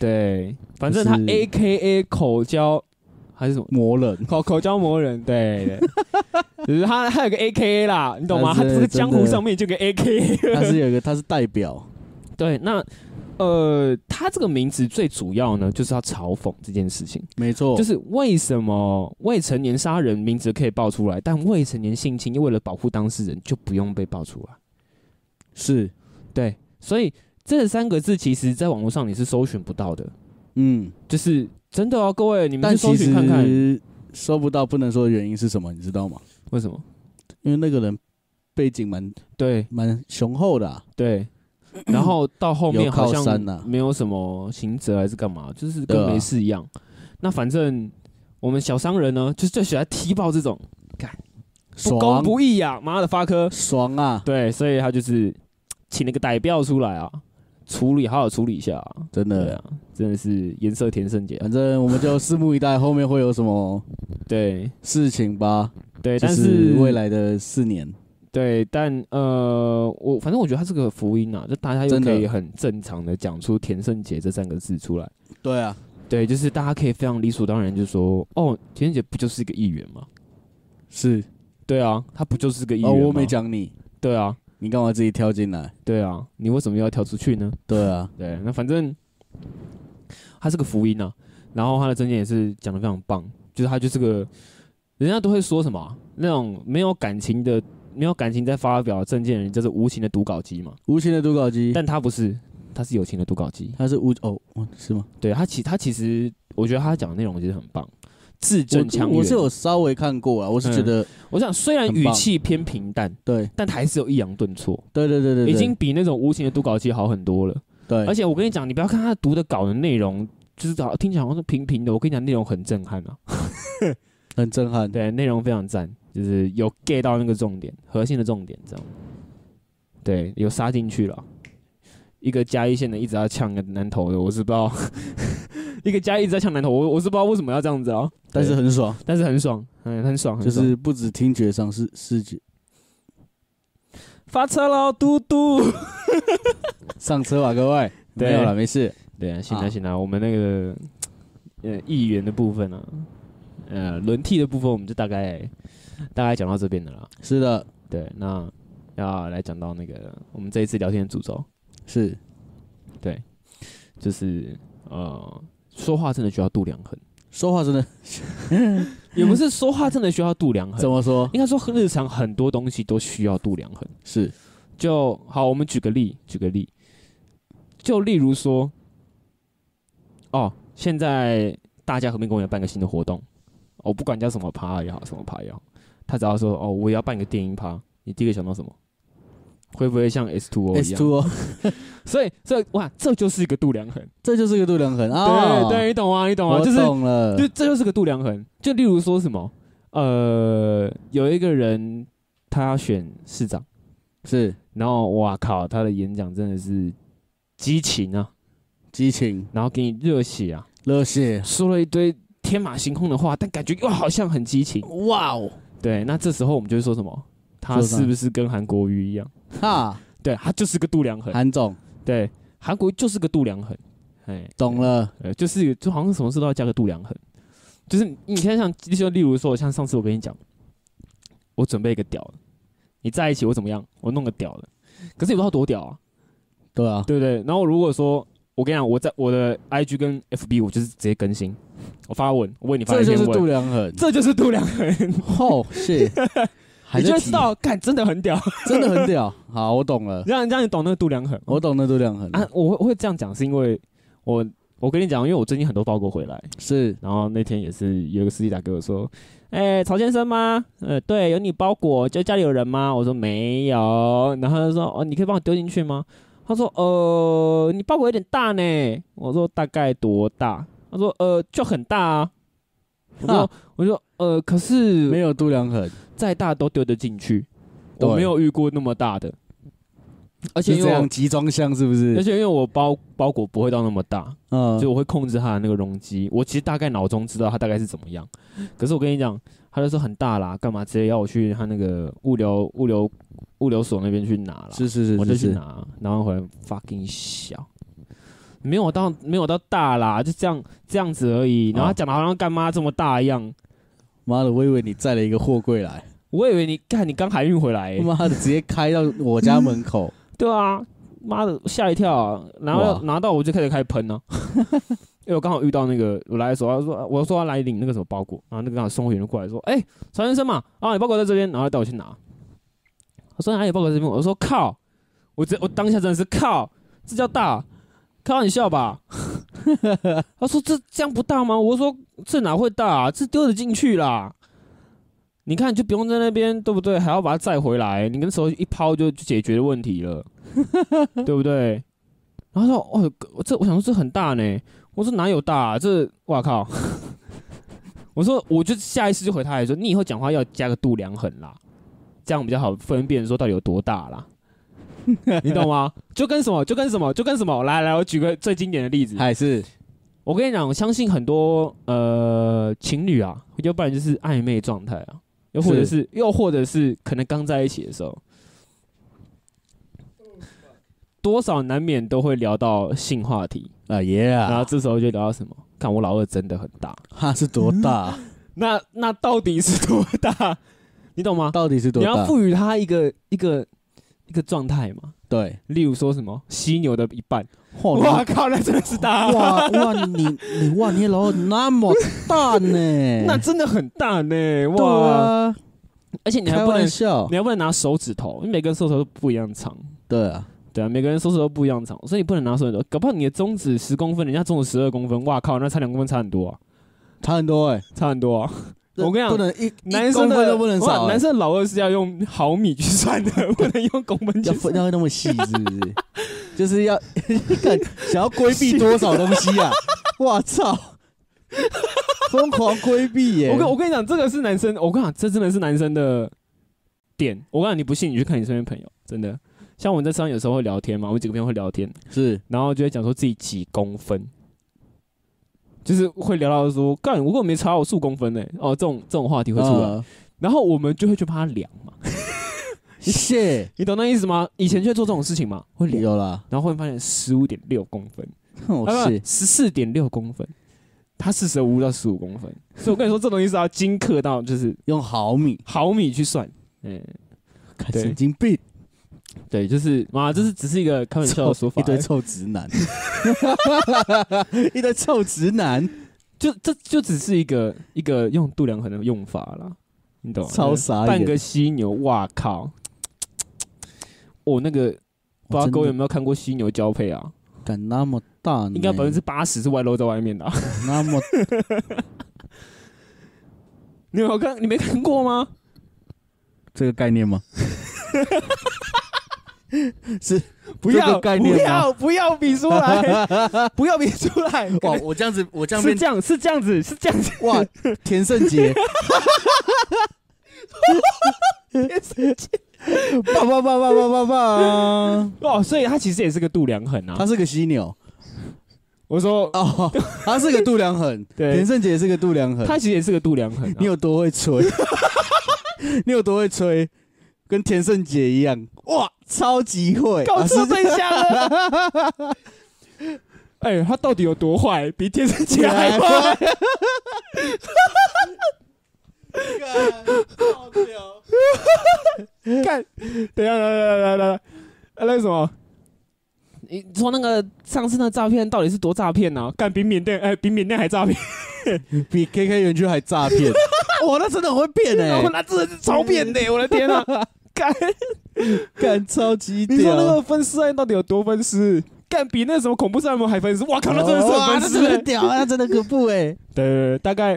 Speaker 3: 对，反正他
Speaker 2: 就是
Speaker 3: A K A 口交还是什么
Speaker 2: 魔人，
Speaker 3: 口口交魔人，
Speaker 2: *laughs*
Speaker 3: 对，对就是他他有个 A K A 啦，你懂吗？
Speaker 2: 他
Speaker 3: 他
Speaker 2: 是
Speaker 3: 这个江
Speaker 2: 真
Speaker 3: 湖
Speaker 2: 的
Speaker 3: 上面就有个 A K A，
Speaker 2: 他是有一个，他是代表，
Speaker 3: *laughs* 对，那呃，他这个名字最主要呢，就是要嘲讽这件事情，
Speaker 2: 没错，
Speaker 3: 就是为什么未成年杀人名字可以爆出来，但未成年性侵，又为了保护当事人，就不用被爆出来。
Speaker 2: 是，
Speaker 3: 对，所以这三个字其实在网络上你是搜寻不到的。
Speaker 2: 嗯，
Speaker 3: 就是真的哦，各位，你们
Speaker 2: 但
Speaker 3: 去搜
Speaker 2: 其
Speaker 3: 寻看看，
Speaker 2: 实收不到不能说的原因是什么，你知道吗？
Speaker 3: 为什么？
Speaker 2: 因为那个人背景蛮
Speaker 3: 对
Speaker 2: 蛮雄厚的啊、 *clears throat*
Speaker 3: 对，然后到后面
Speaker 2: 有靠
Speaker 3: 好
Speaker 2: 山呐
Speaker 3: 像没有什么刑责还是干嘛，就是
Speaker 2: 对
Speaker 3: 跟
Speaker 2: 啊
Speaker 3: 没事一样。那反正我们小商人呢，就是最喜欢踢爆这种不公
Speaker 2: 爽
Speaker 3: 不义呀、妈的发科。
Speaker 2: 爽啊，
Speaker 3: 对，所以他就是请了个代表出来啊，处理好好处理一下、啊。
Speaker 2: 真
Speaker 3: 对
Speaker 2: 的。
Speaker 3: 啊，真的是颜色田胜杰啊。
Speaker 2: 反正我们就拭目以待，后面会有什么
Speaker 3: 对
Speaker 2: 事情吧。
Speaker 3: 对，
Speaker 2: 就
Speaker 3: 但是
Speaker 2: 未来的四年，
Speaker 3: 对，但呃，我反正我觉得他是个福音啊，就大家又
Speaker 2: 真的
Speaker 3: 可以很正常的讲出田胜杰这三个字出来。
Speaker 2: 对啊，
Speaker 3: 对，就是大家可以非常理所当然就说，哦，田胜杰不就是一个议员吗？
Speaker 2: 是
Speaker 3: 对啊，他不就是个议员
Speaker 2: 哦，
Speaker 3: 吗？
Speaker 2: 我没。讲你，
Speaker 3: 对啊，
Speaker 2: 你干嘛自己跳进来？
Speaker 3: 对啊，你为什么要跳出去呢？
Speaker 2: 对啊，
Speaker 3: 对，那反正他是个福音啊，然后他的证件也是讲的非常棒，就是他就是个，人家都会说什么啊那种没有感情的、没有感情在发表证件的人，就是无情的读稿机嘛。
Speaker 2: 无情的读稿机，
Speaker 3: 但他不是，他是有情的读稿机。
Speaker 2: 他是无哦，哦是吗？
Speaker 3: 对他其他其实，我觉得他讲的内容其实很棒，字正
Speaker 2: 我
Speaker 3: 腔圆。嗯
Speaker 2: 我是有稍微看过啊，我是觉得，
Speaker 3: 我想虽然
Speaker 2: 很
Speaker 3: 语
Speaker 2: 棒
Speaker 3: 气偏平淡，
Speaker 2: 对
Speaker 3: 但还是有抑扬顿挫，
Speaker 2: 对对对对对，
Speaker 3: 已经比那种无情的读稿机好很多了。
Speaker 2: 对，
Speaker 3: 而
Speaker 2: 且
Speaker 3: 且我跟你讲，你不要看他读的稿的内容，就是好听起来好像是平平的，我跟你讲，内容很震撼啊，
Speaker 2: 很震撼。
Speaker 3: 对，内容非常赞，就是有 get 到那个重点，核心的重点，这样，对，有杀进去了。一个嘉义县的一直要呛个南投的，我是不知道， *laughs* 一个嘉义一直在呛南投，我我是不知道为什么要这样子啊，
Speaker 2: 但是很爽，
Speaker 3: 但是很爽，嗯，很爽，很
Speaker 2: 就
Speaker 3: 爽
Speaker 2: 是不止听觉上，是视觉
Speaker 3: 发车喽，
Speaker 2: *laughs*
Speaker 3: 嘟嘟。
Speaker 2: 上车吧，各位。
Speaker 3: *laughs* 对
Speaker 2: 没有了，没事。
Speaker 3: 对啊，行
Speaker 2: 啊
Speaker 3: 了行了，我们那个呃议员的部分啊，呃轮替的部分，我们就大概大概讲到这边的啦。
Speaker 2: 是的，
Speaker 3: 对，那要来讲到那个我们这一次聊天的主轴，
Speaker 2: 是
Speaker 3: 就是呃说话真的需要度量衡，
Speaker 2: 说话真的
Speaker 3: 也不是说话真的需要度 *laughs* 量
Speaker 2: 怎
Speaker 3: 衡，
Speaker 2: 么说？
Speaker 3: 应该说日常很多东西都需要度量衡。
Speaker 2: 是
Speaker 3: 就好，我们举个例，举个例，就例如说，哦，现在大家和平公园办个新的活动，我、不管叫什么趴也好，什么趴也好，他只要说哦，我要办一个电音趴，你第一个想到什么？会不会像 S Two O 一
Speaker 2: S
Speaker 3: 样？
Speaker 2: two 哦，
Speaker 3: *laughs*
Speaker 2: *laughs*
Speaker 3: 所以这哇，这就是一个度量衡。
Speaker 2: 这就是个度量衡啊。
Speaker 3: 对对，，你懂啊，你懂啊，
Speaker 2: 我
Speaker 3: 就是
Speaker 2: 懂了。
Speaker 3: 就这就是个度量衡。就例如说什么，呃，有一个人他要选市长。
Speaker 2: 是
Speaker 3: 然后哇靠，他的演讲真的是激情啊，
Speaker 2: 激情、
Speaker 3: 然后给你热血啊，
Speaker 2: 热血，
Speaker 3: 说了一堆天马行空的话，但感觉又好像很激情。
Speaker 2: 哇哦，
Speaker 3: 对，那这时候我们就会说什么？他
Speaker 2: 说什么
Speaker 3: 是不是跟韩国瑜一样？
Speaker 2: 哈，
Speaker 3: 对，他就是个度量衡。
Speaker 2: 韩总
Speaker 3: 对，韩国瑜就是个度量衡。哎，
Speaker 2: 懂了，
Speaker 3: 呃，就是就好像什么事都要加个度量衡，就是你你现在像就例如说，像上次我跟你讲，我准备一个屌的，你在一起我怎么样？我弄个屌的，可是也不知道多屌啊，
Speaker 2: 对啊，
Speaker 3: 对不对？然后如果说我跟你讲，我在我的 IG 跟 FB 我就是直接更新，我发文，我为你发
Speaker 2: 这
Speaker 3: 一
Speaker 2: 就
Speaker 3: 篇
Speaker 2: 是度
Speaker 3: 文，
Speaker 2: 量衡。
Speaker 3: 这就是度量衡，
Speaker 2: 哦，
Speaker 3: *laughs*
Speaker 2: 是，还
Speaker 3: 你就
Speaker 2: 在
Speaker 3: 会
Speaker 2: 提
Speaker 3: 知，道，看真的
Speaker 2: *laughs*
Speaker 3: 很屌，
Speaker 2: 真的很屌。好，我懂
Speaker 3: *laughs*
Speaker 2: 了，
Speaker 3: 让让你懂那个度量衡。
Speaker 2: 我懂那度量衡了
Speaker 3: 啊，我会我会这样讲是因为我我跟你讲，因为我最近很多包裹回来，
Speaker 2: 是
Speaker 3: 然后那天也是有一个司机打给我说，哎、曹先生吗？呃，对，有你包裹，就家里有人吗？我说没有，然后他就说，哦，你可以帮我丢进去吗？他说，呃，你包裹有点大呢。我说大概多大？他说，呃，就很大啊。我说
Speaker 2: 哈，
Speaker 3: 我说，呃，可是
Speaker 2: 没有度量衡，
Speaker 3: 再大都丢得进去，
Speaker 2: 对
Speaker 3: 我没有遇过那么大的，而且
Speaker 2: 是这
Speaker 3: 因为我
Speaker 2: 样集装箱是不
Speaker 3: 而
Speaker 2: 是？
Speaker 3: 且因为我包包裹不会到那么大，
Speaker 2: 嗯
Speaker 3: 所以，我会控制它的那个容积。我其实大概脑中知道它大概是怎么样，可是我跟你讲，他就说很大啦，干嘛直接要我去他那个物流物流物流所那边去拿啦？
Speaker 2: 是是是
Speaker 3: 我就是去
Speaker 2: 是，
Speaker 3: 拿，然后回来 fucking 小，没有到没有到大啦，就这样这样子而已。然后他
Speaker 2: 哦
Speaker 3: 讲的好像干妈这么大一样，
Speaker 2: 妈的，我以为你载了一个货柜来，
Speaker 3: 我以为你看你刚海运回来、欸
Speaker 2: 妈的，直接开到我家门
Speaker 3: *laughs*
Speaker 2: 口，
Speaker 3: 对啊，妈的吓一跳、啊，然后
Speaker 2: 哇
Speaker 3: 拿到我就开始开始喷呢、因为我刚好遇到那个我来的时候，他说我说要来领那个什么包裹，然后那个刚好送货员就过来说，哎、曹先生嘛，啊你包裹在这边，然后带我去拿。我说哪哎里包裹在这边？我说靠，我直我当下真的是靠，这叫大，开玩笑吧？他说这这样不大吗？我说这哪会大、啊，这丢得进去啦。你看，就不用在那边，对不对？还要把它载回来，你跟手一抛就就解决问题了，对不对？然后他说：“哦，这我想说这很大呢。”我说：“哪有大、啊？这哇靠！” *laughs* 我说：“我就下意识就回他来说，你以后讲话要加个度量衡啦，这样比较好分辨说到底有多大啦。你懂吗？就跟什么，就跟什么，就跟什么。来来，我举个最经典的例子，
Speaker 2: 还是
Speaker 3: 我跟你讲，我相信很多呃情侣啊，要不然就是暧昧状态啊，又或者是又或者是可能刚在一起的时候，多少难免都会聊到性话题，
Speaker 2: 啊耶
Speaker 3: 然后
Speaker 2: 啊，
Speaker 3: 这时候就聊到什么？看我老二真的很大，
Speaker 2: 它是多大？
Speaker 3: 嗯那那到底是多大？ *laughs* 你懂吗？
Speaker 2: 到底是多
Speaker 3: 你要
Speaker 2: 大？
Speaker 3: 赋予他一个一个一个状态嘛，
Speaker 2: 对，
Speaker 3: 例如说什么犀牛的一半，哇
Speaker 2: 哇
Speaker 3: 靠，那真的是大，
Speaker 2: 哇哇，你你哇，你老那么大呢？
Speaker 3: *laughs* *laughs* 那真的很大呢，
Speaker 2: 对
Speaker 3: 哇！
Speaker 2: 啊，
Speaker 3: 而且你还
Speaker 2: 开
Speaker 3: 不能
Speaker 2: 玩笑
Speaker 3: 你，要不能拿手指头，因为每个人手指头都不一样长，
Speaker 2: 对啊，
Speaker 3: 对啊，每个人手指头都不一样长，所以你不能拿手指头。搞不好你的中指十公分，人家中指十二公分，哇靠，那差两公分差很多啊，
Speaker 2: 差很多哎。
Speaker 3: 差很多啊！我跟你讲
Speaker 2: 不能一
Speaker 3: 男生
Speaker 2: 一公
Speaker 3: 的
Speaker 2: 分都不能少
Speaker 3: 哇
Speaker 2: 欸，
Speaker 3: 男生的老二是要用毫米去算的， *laughs* 不能用公分去
Speaker 2: 要分。
Speaker 3: 算
Speaker 2: 要那么细，是不是？ *laughs* 就是要 *laughs* 看想要规避多少东西
Speaker 3: *laughs*
Speaker 2: 啊！我操，疯狂规避耶！
Speaker 3: 我跟我跟你讲，这个是男生，我跟你讲，这真的是男生的点。我跟你讲，你不信，你去看你身边朋友，真的。像我们在车上有时候会聊天嘛，我们几个朋友会聊天，
Speaker 2: 是
Speaker 3: 然后就会讲说自己几公分，就是会聊到说，干，如果没查我数公分呢、哦，这种这种话题会出来，
Speaker 2: 嗯
Speaker 3: 然后我们就会去帮他量嘛，
Speaker 2: 谢
Speaker 3: 你懂那意思吗？以前就会做这种事情嘛，会量，
Speaker 2: 有啦，
Speaker 3: 然后会发现十五点六公分，
Speaker 2: 我
Speaker 3: 啊
Speaker 2: 是
Speaker 3: 十四点六公分，他四舍五入到十五公分，所以我跟你说，这东西是要精刻到就是
Speaker 2: 用毫米，
Speaker 3: 毫米去算，嗯，
Speaker 2: 看
Speaker 3: 对
Speaker 2: 神经病，
Speaker 3: 对，就是妈，这是只是一个开玩笑的说法、
Speaker 2: 一堆臭直
Speaker 3: *laughs*
Speaker 2: 男，一堆臭直男，
Speaker 3: 就这就只是一个一个用度量衡的用法啦，你懂吗？
Speaker 2: 超傻眼
Speaker 3: 半个犀牛，哇靠！哦，那个不知道各位有没有看过犀牛交配啊？
Speaker 2: 敢那么大呢？
Speaker 3: 应该百分之八十是外露在外面的啊、 *laughs*
Speaker 2: 那么
Speaker 3: 你有没有看？你没看过吗？
Speaker 2: 这个概念吗？ *laughs* 是 *laughs*
Speaker 3: 不
Speaker 2: 这
Speaker 3: 要
Speaker 2: 个概念
Speaker 3: 不
Speaker 2: 吗？
Speaker 3: 要不要比出
Speaker 2: *laughs*
Speaker 3: 来，不要比出来！
Speaker 2: 哇！我这样子，我这样
Speaker 3: 是
Speaker 2: 变
Speaker 3: 这样，是这样子，是这样子。
Speaker 2: 哇，田胜 *laughs* 杰，爸爸爸爸爸爸爸，
Speaker 3: 哦，所以它其实也是个度量衡啊
Speaker 2: 他。是个犀牛
Speaker 3: 我说，
Speaker 2: 哦，他是个度量 *laughs* 衡，
Speaker 3: 对
Speaker 2: 田胜杰是个度量衡
Speaker 3: 它，其实也是个度量衡、啊。
Speaker 2: 你有多会吹？ *laughs* 你有多会吹？跟田胜杰一样，哇，超级会，
Speaker 3: 搞
Speaker 2: 啊
Speaker 3: 错
Speaker 2: *laughs* 是
Speaker 3: 对象了。哎、他到底有多坏？比天
Speaker 2: *laughs*
Speaker 3: 生气还坏！
Speaker 2: 坏。啊爆掉！
Speaker 3: 干，等一下，来来来来来，那个什么，你说那个上次那诈骗到底是多诈骗呢？干比缅甸，哎、比缅甸还诈骗！
Speaker 2: 比 KK 园区还诈骗，哇，那真的很会变哎、
Speaker 3: 我那真的是超骗的，我的天啊！干，
Speaker 2: 干超级屌！
Speaker 3: 你说那个分尸案到底有多分尸？干比那什么恐怖杀人魔还分尸！哇靠，那真的是
Speaker 2: 哦哇那啊
Speaker 3: 很分
Speaker 2: 真
Speaker 3: 尸、
Speaker 2: 的很屌， *laughs* 那真的恐怖哎、
Speaker 3: *laughs* 对对对，大概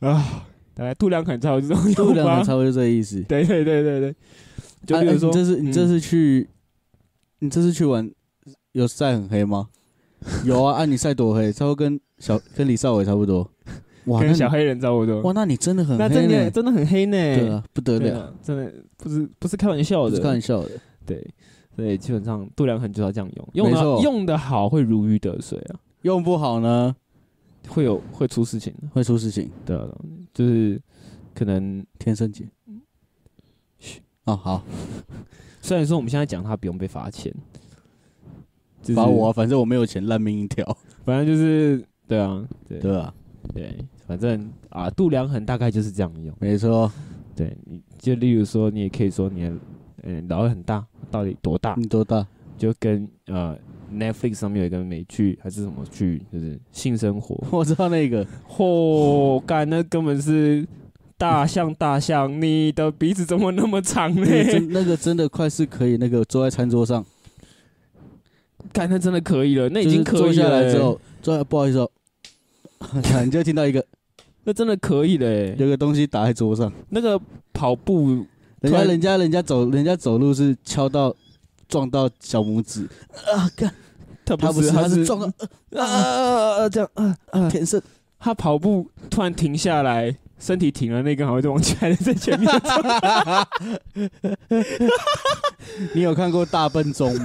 Speaker 3: 啊，大概度量衡才有这种用吧。
Speaker 2: 度量衡超过就这个意思。
Speaker 3: 对对对对对，就
Speaker 2: 啊
Speaker 3: 比如说，
Speaker 2: 你这次你这
Speaker 3: 嗯
Speaker 2: 次去，你这次去玩有晒很黑
Speaker 3: *laughs*
Speaker 2: 吗？有啊，按你晒多黑，差不多跟小跟李少伟差不多。哇，那
Speaker 3: 跟
Speaker 2: 你
Speaker 3: 小黑人差不多。
Speaker 2: 哇，那你真的很
Speaker 3: 那
Speaker 2: 黑
Speaker 3: 真的
Speaker 2: 呢，
Speaker 3: 真的很黑呢，
Speaker 2: 对啊，不得
Speaker 3: 对
Speaker 2: 了，
Speaker 3: 啊，真的不是不是开玩笑
Speaker 2: 不
Speaker 3: 的，
Speaker 2: 是开玩笑的。
Speaker 3: 对，所以基本上度量衡就要这样用，用
Speaker 2: 没
Speaker 3: 的
Speaker 2: 错
Speaker 3: 用的好会如鱼得水啊，
Speaker 2: 用不好呢，
Speaker 3: 会有会出事情的，
Speaker 2: 会出事情。
Speaker 3: 对啊，对啊就是可能
Speaker 2: 天生姐，
Speaker 3: 嗯
Speaker 2: 嘘哦，好，
Speaker 3: 虽然说我们现在讲他不用被罚钱，就是
Speaker 2: 罚我啊，反正我没有钱，烂命一条，
Speaker 3: 反正就是对啊，对
Speaker 2: 对吧？
Speaker 3: 对，反正啊度量衡大概就是这样用，
Speaker 2: 没错，
Speaker 3: 对，你就例如说你也可以说你的嗯脑袋很大，到底多大？
Speaker 2: 你多大？
Speaker 3: 就跟呃 Netflix 上面有一个美剧还是什么剧，就是性生活。
Speaker 2: 我知道
Speaker 3: *laughs*
Speaker 2: 那个，
Speaker 3: 嚯、哦干那根本是大象大象，你的鼻子怎么那么长呢
Speaker 2: 那？个真那个真的快是可以那个坐在餐桌上，
Speaker 3: 干那真的可以了，那已
Speaker 2: 就是
Speaker 3: 经可
Speaker 2: 坐
Speaker 3: 以
Speaker 2: 下
Speaker 3: 了、欸
Speaker 2: 来之，后，坐下来不好意思哦， *laughs* 你就听到一
Speaker 3: *laughs*
Speaker 2: 个
Speaker 3: 那真的可以了、欸
Speaker 2: 有个东西打在桌上，
Speaker 3: 那个跑步
Speaker 2: 人家
Speaker 3: 突然
Speaker 2: 人家人家走人家走路是敲到撞到小拇指啊，干
Speaker 3: 他
Speaker 2: 他不
Speaker 3: 是
Speaker 2: 是他
Speaker 3: 是
Speaker 2: 是撞到
Speaker 3: *laughs*
Speaker 2: 呃
Speaker 3: 啊啊啊这样啊啊，
Speaker 2: 天生，
Speaker 3: 他跑步突然停下来，身体停了，那根好像就往前在前面。 *laughs*
Speaker 2: 你有看过大笨钟
Speaker 3: *laughs*
Speaker 2: 吗？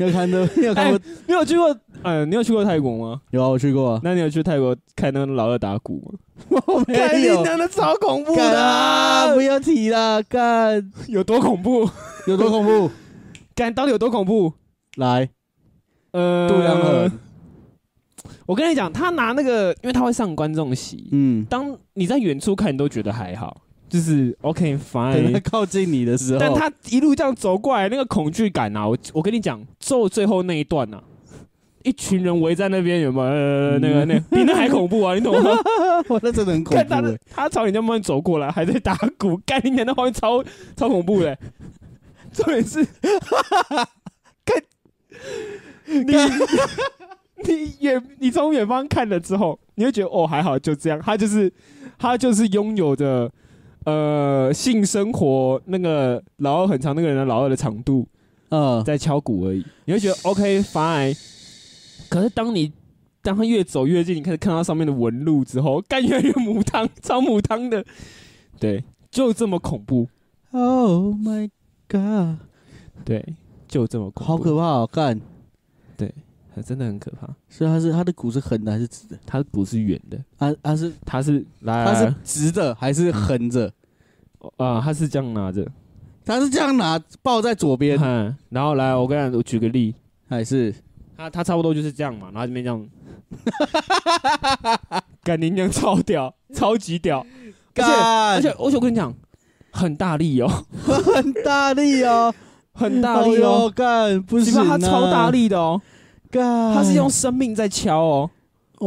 Speaker 2: 你有看到你有看过？
Speaker 3: 你有去过？嗯、你有去过泰国吗？
Speaker 2: 有啊，我去过啊，
Speaker 3: 那你有去泰国看那个老二打鼓吗？ *laughs*
Speaker 2: 我没有。
Speaker 3: 那超恐怖
Speaker 2: 干啊！不要提啦，干
Speaker 3: 有多恐怖？
Speaker 2: 有多恐怖？
Speaker 3: 干到底有多恐怖？
Speaker 2: 来，
Speaker 3: 呃，
Speaker 2: 度量衡，
Speaker 3: 我跟你讲，他拿那个，因为他会上观众席，
Speaker 2: 嗯，
Speaker 3: 当你在远处看，你都觉得还好，就是 OK
Speaker 2: 等他
Speaker 3: fine。
Speaker 2: 靠近你的时候，
Speaker 3: 哎但他一路这样走过来，那个恐惧感啊，我我跟你讲，咒最后那一段啊，一群人围在那边，有没有？呃，那个
Speaker 2: *laughs*
Speaker 3: 那个比那还恐怖啊，你懂吗？
Speaker 2: 哇，那真的很恐
Speaker 3: 看他
Speaker 2: 怖欸。
Speaker 3: 他朝你这样慢慢走过来，还在打鼓，干你娘的画面超超恐怖的、重点是，干你 *laughs* 你远你从远方看了之后，你会觉得哦还好就这样，他就是他就是拥有着呃性生活那个老二很长那个人的老二的长度，
Speaker 2: 嗯，
Speaker 3: *laughs* 在敲鼓而已，你
Speaker 2: *laughs*
Speaker 3: 会觉得 OK fine。可是当你当他越走越近，你开始看到上面的纹路之后，干越来越母汤，超母汤的，对，就这么恐怖，
Speaker 2: Oh my god，
Speaker 3: 对，就这么恐怖，
Speaker 2: 好可怕哦！干，
Speaker 3: 怕，真的很可怕。
Speaker 2: 所以它是它的骨是横的还是直的？
Speaker 3: 它不是圆的，
Speaker 2: 它它是
Speaker 3: 它是来
Speaker 2: 它是
Speaker 3: 啊、
Speaker 2: 直的还是横着？
Speaker 3: 呃它是这样拿着，
Speaker 2: 它是这样拿抱在左边
Speaker 3: 嗯，然后来，我跟你讲，我举个例，
Speaker 2: 还是？
Speaker 3: 它它差不多就是这样嘛，然后这边
Speaker 2: *laughs*
Speaker 3: 这样，干你娘超屌，超级屌，而且而
Speaker 2: 干，
Speaker 3: 且而且我跟你讲，很大力哦，
Speaker 2: 很大力 *laughs* 哦，
Speaker 3: 很大力
Speaker 2: 哎
Speaker 3: 哦
Speaker 2: 呦，，干不
Speaker 3: 基
Speaker 2: 是
Speaker 3: 本上他超大，力的哦，
Speaker 2: 干，
Speaker 3: 他是用生命在敲哦，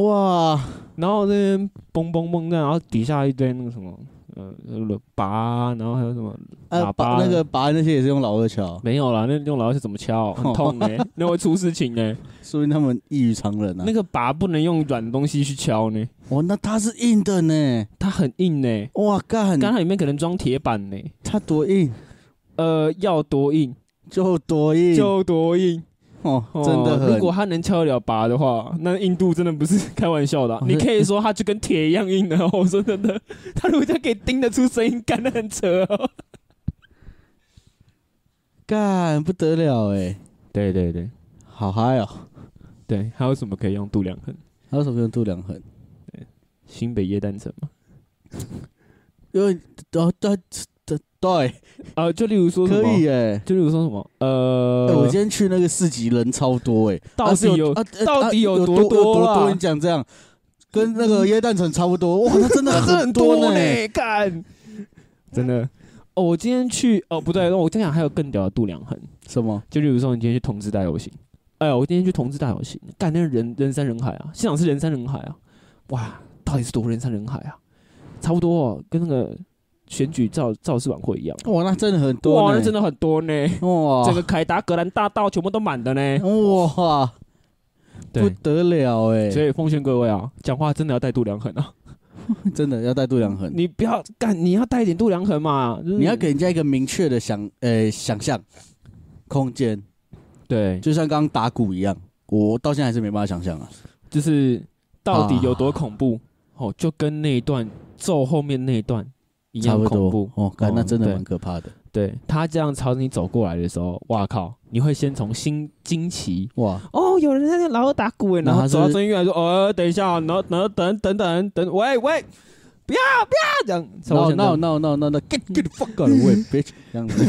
Speaker 2: 哇，啊
Speaker 3: 然后那边嘣嘣嘣的，然后底下一堆那个什么，呃，呃拔，然后还有什么喇
Speaker 2: 呃，
Speaker 3: 叭
Speaker 2: 拔那个拔那些也是用老二敲，
Speaker 3: 没有啦，那用老是怎么敲，很痛 *laughs* 哎、那会出事情哎、
Speaker 2: 说明他们异于常人啊
Speaker 3: 那。个拔不能用软的东西去敲呢，
Speaker 2: 哦，那它是硬的呢，
Speaker 3: 它很硬呢、
Speaker 2: 哇，干，
Speaker 3: 刚它里面可能装铁板呢、
Speaker 2: 它多硬
Speaker 3: 呃，要多硬
Speaker 2: 就多硬，
Speaker 3: 就多硬，
Speaker 2: 哦，
Speaker 3: 哦
Speaker 2: 真的很
Speaker 3: 如果它能敲得了拔的话，那硬度真的不是 *laughs* 开玩笑的啊、
Speaker 2: 哦
Speaker 3: 你
Speaker 2: 那
Speaker 3: 可以说它就跟铁一样硬的、哦。我说真的， *laughs* 它如果这样可以叮得出声音，干的很扯、哦。
Speaker 2: 干不得了哎，
Speaker 3: 对对对
Speaker 2: 好嗨哦！
Speaker 3: 对，还有什么可以用度量衡？
Speaker 2: 还有什么用度量衡？
Speaker 3: 新北夜单城嘛，
Speaker 2: 因为哦，它它对，
Speaker 3: 呃，就例如说什么
Speaker 2: 可以哎、
Speaker 3: 就例如说什么，
Speaker 2: 哎
Speaker 3: 呃，
Speaker 2: 我今天去那个市集人超多哎、
Speaker 3: 到底有
Speaker 2: 啊是
Speaker 3: 到底
Speaker 2: 有
Speaker 3: 有
Speaker 2: 啊
Speaker 3: 多
Speaker 2: 多有
Speaker 3: 多啦
Speaker 2: 多？你讲这样，跟那个椰蛋城差不多。哇，那真的很呢、，
Speaker 3: 干，真 *laughs* 的。哦，我今天去，哦，不对，我跟你讲，还有更屌的度量衡，
Speaker 2: 什么？
Speaker 3: 就例如说，你今天去同志大游行，哎呀，我今天去同志大游行，干，那人人山人海啊，现场是人山人海啊，哇，到底是多人山人海啊？差不多、哦，跟那个选举造造势晚会一样。
Speaker 2: 哇，那真的很多、呢
Speaker 3: 哇，那真的很多呢，
Speaker 2: 哇，
Speaker 3: 整个凯达格兰大道全部都满的呢。
Speaker 2: 哇，不得了哎、
Speaker 3: 所以奉劝各位啊，讲话真的要带度量衡啊，
Speaker 2: 真的要带度量衡，
Speaker 3: 你不要干，你要带一点度量衡嘛，就是
Speaker 2: 你要给人家一个明确的想呃、想象空间，
Speaker 3: 对，
Speaker 2: 就像刚刚打鼓一样，我到现在还是没办法想象啊。
Speaker 3: 就是到底有多恐怖、哦，就跟那一段咒后面那一段一
Speaker 2: 差
Speaker 3: 样
Speaker 2: 不
Speaker 3: 恐
Speaker 2: 多
Speaker 3: 怖。
Speaker 2: 哦，感那真的
Speaker 3: 对
Speaker 2: 蛮可怕的。
Speaker 3: 对他这样朝着你走过来的时候，哇靠，你会先从心惊奇。
Speaker 2: 哇，
Speaker 3: 哦，有人在那老二打鼓哎，
Speaker 2: 那
Speaker 3: 然
Speaker 2: 他
Speaker 3: 后
Speaker 2: 是
Speaker 3: 走到中医院说，哦，等一下，然后然后等等等等，喂喂，不要不要这样，
Speaker 2: no
Speaker 3: 超
Speaker 2: no
Speaker 3: 像
Speaker 2: no no no no get get the fuck out of the
Speaker 3: *laughs*
Speaker 2: way bitch 这样子，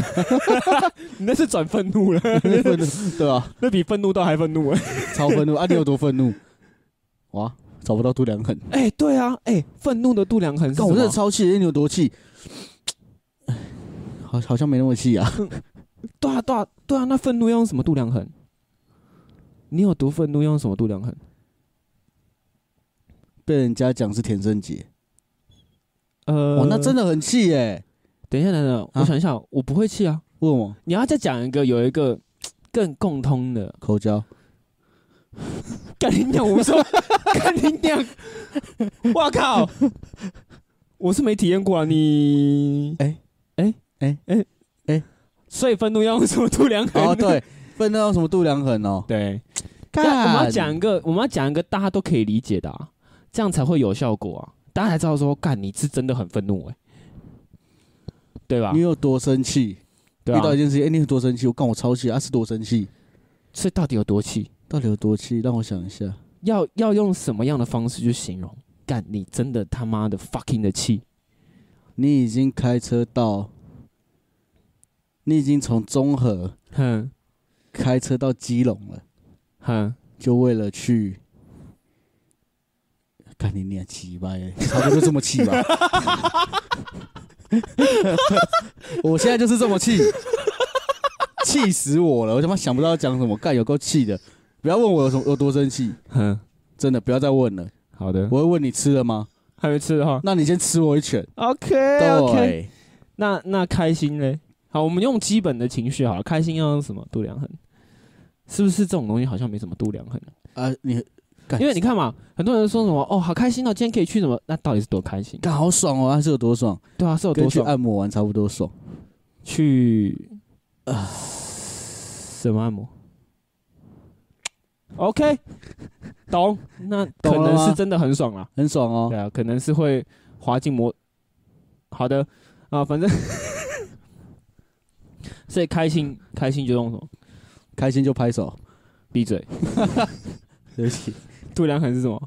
Speaker 3: 你那是转愤怒了， *laughs*
Speaker 2: 对啊，
Speaker 3: 那比愤怒到还愤怒哎。
Speaker 2: 超愤怒啊！你有多愤怒？哇，找不到度量衡，
Speaker 3: 哎，对啊，哎，愤怒的度量衡是
Speaker 2: 干我
Speaker 3: 什
Speaker 2: 真
Speaker 3: 么
Speaker 2: 的超气，欸你有多气？好，好像没那么气啊。
Speaker 3: 对啊，对啊，对啊，那愤怒要用什么度量衡？你有多愤怒要用什么度量衡？
Speaker 2: 被人家讲是田胜杰，
Speaker 3: 呃，
Speaker 2: 哇，那真的很气耶、
Speaker 3: 等一下，等等，我想一下，我不会气啊。
Speaker 2: 为什么？
Speaker 3: 你要再讲一个有一个更共通的，
Speaker 2: 口
Speaker 3: *laughs*
Speaker 2: 交，
Speaker 3: 干你娘！
Speaker 2: *laughs*
Speaker 3: 我说，干你娘！我靠！我是没体验过啊，你
Speaker 2: 哎
Speaker 3: 哎
Speaker 2: 哎
Speaker 3: 哎
Speaker 2: 哎，
Speaker 3: 所以愤怒要用什么度量衡？
Speaker 2: 哦，对，愤怒有什么度量衡哦？
Speaker 3: *laughs* 对，
Speaker 2: 干
Speaker 3: 那我们要讲一个，我们要讲一个大家都可以理解的、啊，这样才会有效果啊！大家才知道说，干你是真的很愤怒哎、对吧
Speaker 2: 你？有多生气？
Speaker 3: 对
Speaker 2: 遇到一
Speaker 3: 啊，
Speaker 2: 件事情，哎、你有多生气？我干我超气，啊是多生气？
Speaker 3: 所以到底有多气？
Speaker 2: 到底有多气？让我想一下，
Speaker 3: 要要用什么样的方式去形容？干你真的他妈的 fucking 的气！
Speaker 2: 你已经开车到，你已经从中和
Speaker 3: 哼
Speaker 2: 开车到基隆了，
Speaker 3: 哼，
Speaker 2: 就为了去。看你念气吧，差不多就这么气吧。 *laughs* 我现在就是这么气，气死我了！我他妈想不到要讲什么，干有够气的。不要问我有什么有多生气，
Speaker 3: 哼，
Speaker 2: 真的不要再问了。
Speaker 3: 好的，
Speaker 2: 我会问你吃了吗？
Speaker 3: 还没吃哈。
Speaker 2: 那你先吃我一拳。
Speaker 3: 啊 OK OK，
Speaker 2: 对，
Speaker 3: 那那开心嘞？好，我们用基本的情绪好了，开心要用什么度量衡？是不是这种东西好像没什么度量衡？
Speaker 2: 啊，你干
Speaker 3: 因为你看嘛，很多人说什么哦，好开心哦，今天可以去什么？那到底是多开心？
Speaker 2: 干好爽哦，还是有多爽？
Speaker 3: 对啊，是有
Speaker 2: 跟
Speaker 3: 多
Speaker 2: 去
Speaker 3: 爽？
Speaker 2: 按摩完差不多爽。
Speaker 3: 去呃什么按摩？OK，懂？那可
Speaker 2: 懂了吗
Speaker 3: 能是真的很爽啦。
Speaker 2: 很爽哦
Speaker 3: 对。啊，可能是会滑进魔。好的啊，反正 *laughs* 所以开心，开心就用什么？
Speaker 2: 开心就拍手，
Speaker 3: 闭嘴。
Speaker 2: 对不起。
Speaker 3: 度量衡是什么？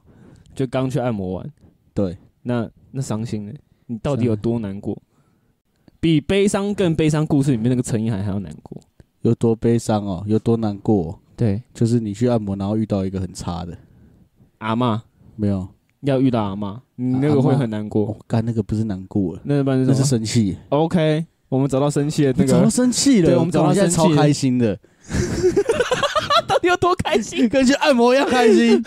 Speaker 3: 就刚去按摩完，
Speaker 2: 对，
Speaker 3: 那那伤心呢？你到底有多难过？比悲伤更悲伤，故事里面那个陈意涵还要难过。
Speaker 2: *laughs* 有多悲伤哦，有多难过哦、
Speaker 3: 对，
Speaker 2: 就是你去按摩，然后遇到一个很差的，
Speaker 3: 阿嬷
Speaker 2: 没有，
Speaker 3: 要遇到阿嬷，你那个会很难
Speaker 2: 我、
Speaker 3: 过。
Speaker 2: 干那个不是难过了，
Speaker 3: 那一般
Speaker 2: 那
Speaker 3: 是什
Speaker 2: 是
Speaker 3: 么
Speaker 2: 生气。
Speaker 3: ？OK，我们找到生气的那
Speaker 2: 我早
Speaker 3: 个
Speaker 2: 就，生气了，
Speaker 3: 对我们
Speaker 2: 早上
Speaker 3: 早
Speaker 2: 现
Speaker 3: 上
Speaker 2: 在超
Speaker 3: 生气
Speaker 2: 开心的，
Speaker 3: 到底有多开心？
Speaker 2: 跟去按摩一样开
Speaker 3: *laughs*
Speaker 2: 心。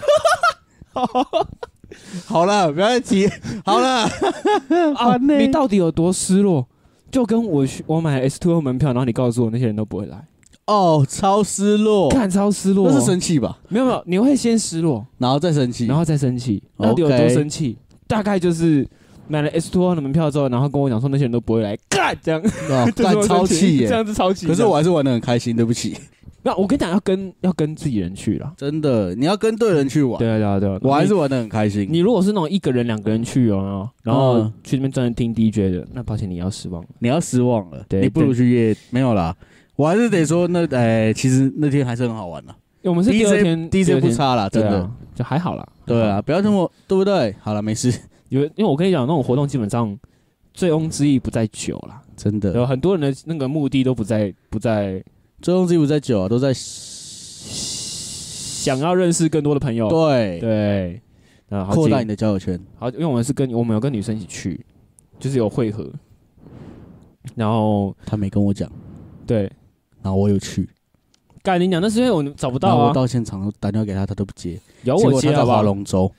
Speaker 2: 好了，不要再提。好了，
Speaker 3: 啊，
Speaker 2: 烦欸
Speaker 3: 你到底有多失落？就跟我去我买 S Two 门票，然后你告诉我那些人都不会来，
Speaker 2: *laughs* 哦，超失落，
Speaker 3: 看超失落。
Speaker 2: 哦那是生气吧？
Speaker 3: 没有没有，你会先失落，
Speaker 2: 然后再生气，
Speaker 3: 然后再生气，
Speaker 2: 哦 OK
Speaker 3: 到底有多生气？大概就是买了 S Two 的门票之后，然后跟我讲说那些人都不会来，干这样， *laughs*
Speaker 2: 哦
Speaker 3: 这是
Speaker 2: 干
Speaker 3: 我
Speaker 2: 超
Speaker 3: 生
Speaker 2: 气
Speaker 3: 这
Speaker 2: 耶。
Speaker 3: 样子超气。
Speaker 2: 可是我还是玩的很开心，对不起，
Speaker 3: 那我跟你讲，要跟要跟自己人去啦。
Speaker 2: 真的，你要跟对人去玩。
Speaker 3: 对啊对啊对啊，
Speaker 2: 我还
Speaker 3: 你
Speaker 2: 是玩的很开心。
Speaker 3: 你如果是那种一个人两个人去哦，然后
Speaker 2: 嗯
Speaker 3: 去那边专门听 DJ 的，那抱歉你要失望了。
Speaker 2: 你要失望了，
Speaker 3: 对
Speaker 2: 你不如去夜没有啦。我还是得说那，哎、其实那天还是很好玩的啊
Speaker 3: 我们是第二天
Speaker 2: ，DJ
Speaker 3: 第二
Speaker 2: DJ 不
Speaker 3: 天
Speaker 2: 差啦，真
Speaker 3: 对
Speaker 2: 的
Speaker 3: 啊，，就还好啦。
Speaker 2: 对
Speaker 3: 还好
Speaker 2: 啊，不要这么，对不对？好了，没事，
Speaker 3: 有，因为我跟你讲，那种活动基本上醉翁之意不在酒啦，
Speaker 2: 真的
Speaker 3: 有很多人的那个目的都不在不在
Speaker 2: 追踪自己不在酒啊，都在
Speaker 3: 想要认识更多的朋友，
Speaker 2: 对
Speaker 3: 对，啊，好
Speaker 2: 扩大
Speaker 3: 几
Speaker 2: 你的交友圈。
Speaker 3: 好，因为我们是跟我们有跟女生一起去，就是有会合，然后
Speaker 2: 他没跟我讲，
Speaker 3: 对，
Speaker 2: 然后我有去，
Speaker 3: 干你讲，那是因为我找不
Speaker 2: 然
Speaker 3: 到
Speaker 2: 后我
Speaker 3: 啊，
Speaker 2: 到现场打电话给他，他都不接。
Speaker 3: 有
Speaker 2: 结
Speaker 3: 我
Speaker 2: 果
Speaker 3: 接
Speaker 2: 他
Speaker 3: 好
Speaker 2: 在
Speaker 3: 不
Speaker 2: 划
Speaker 3: 好？
Speaker 2: 龙舟，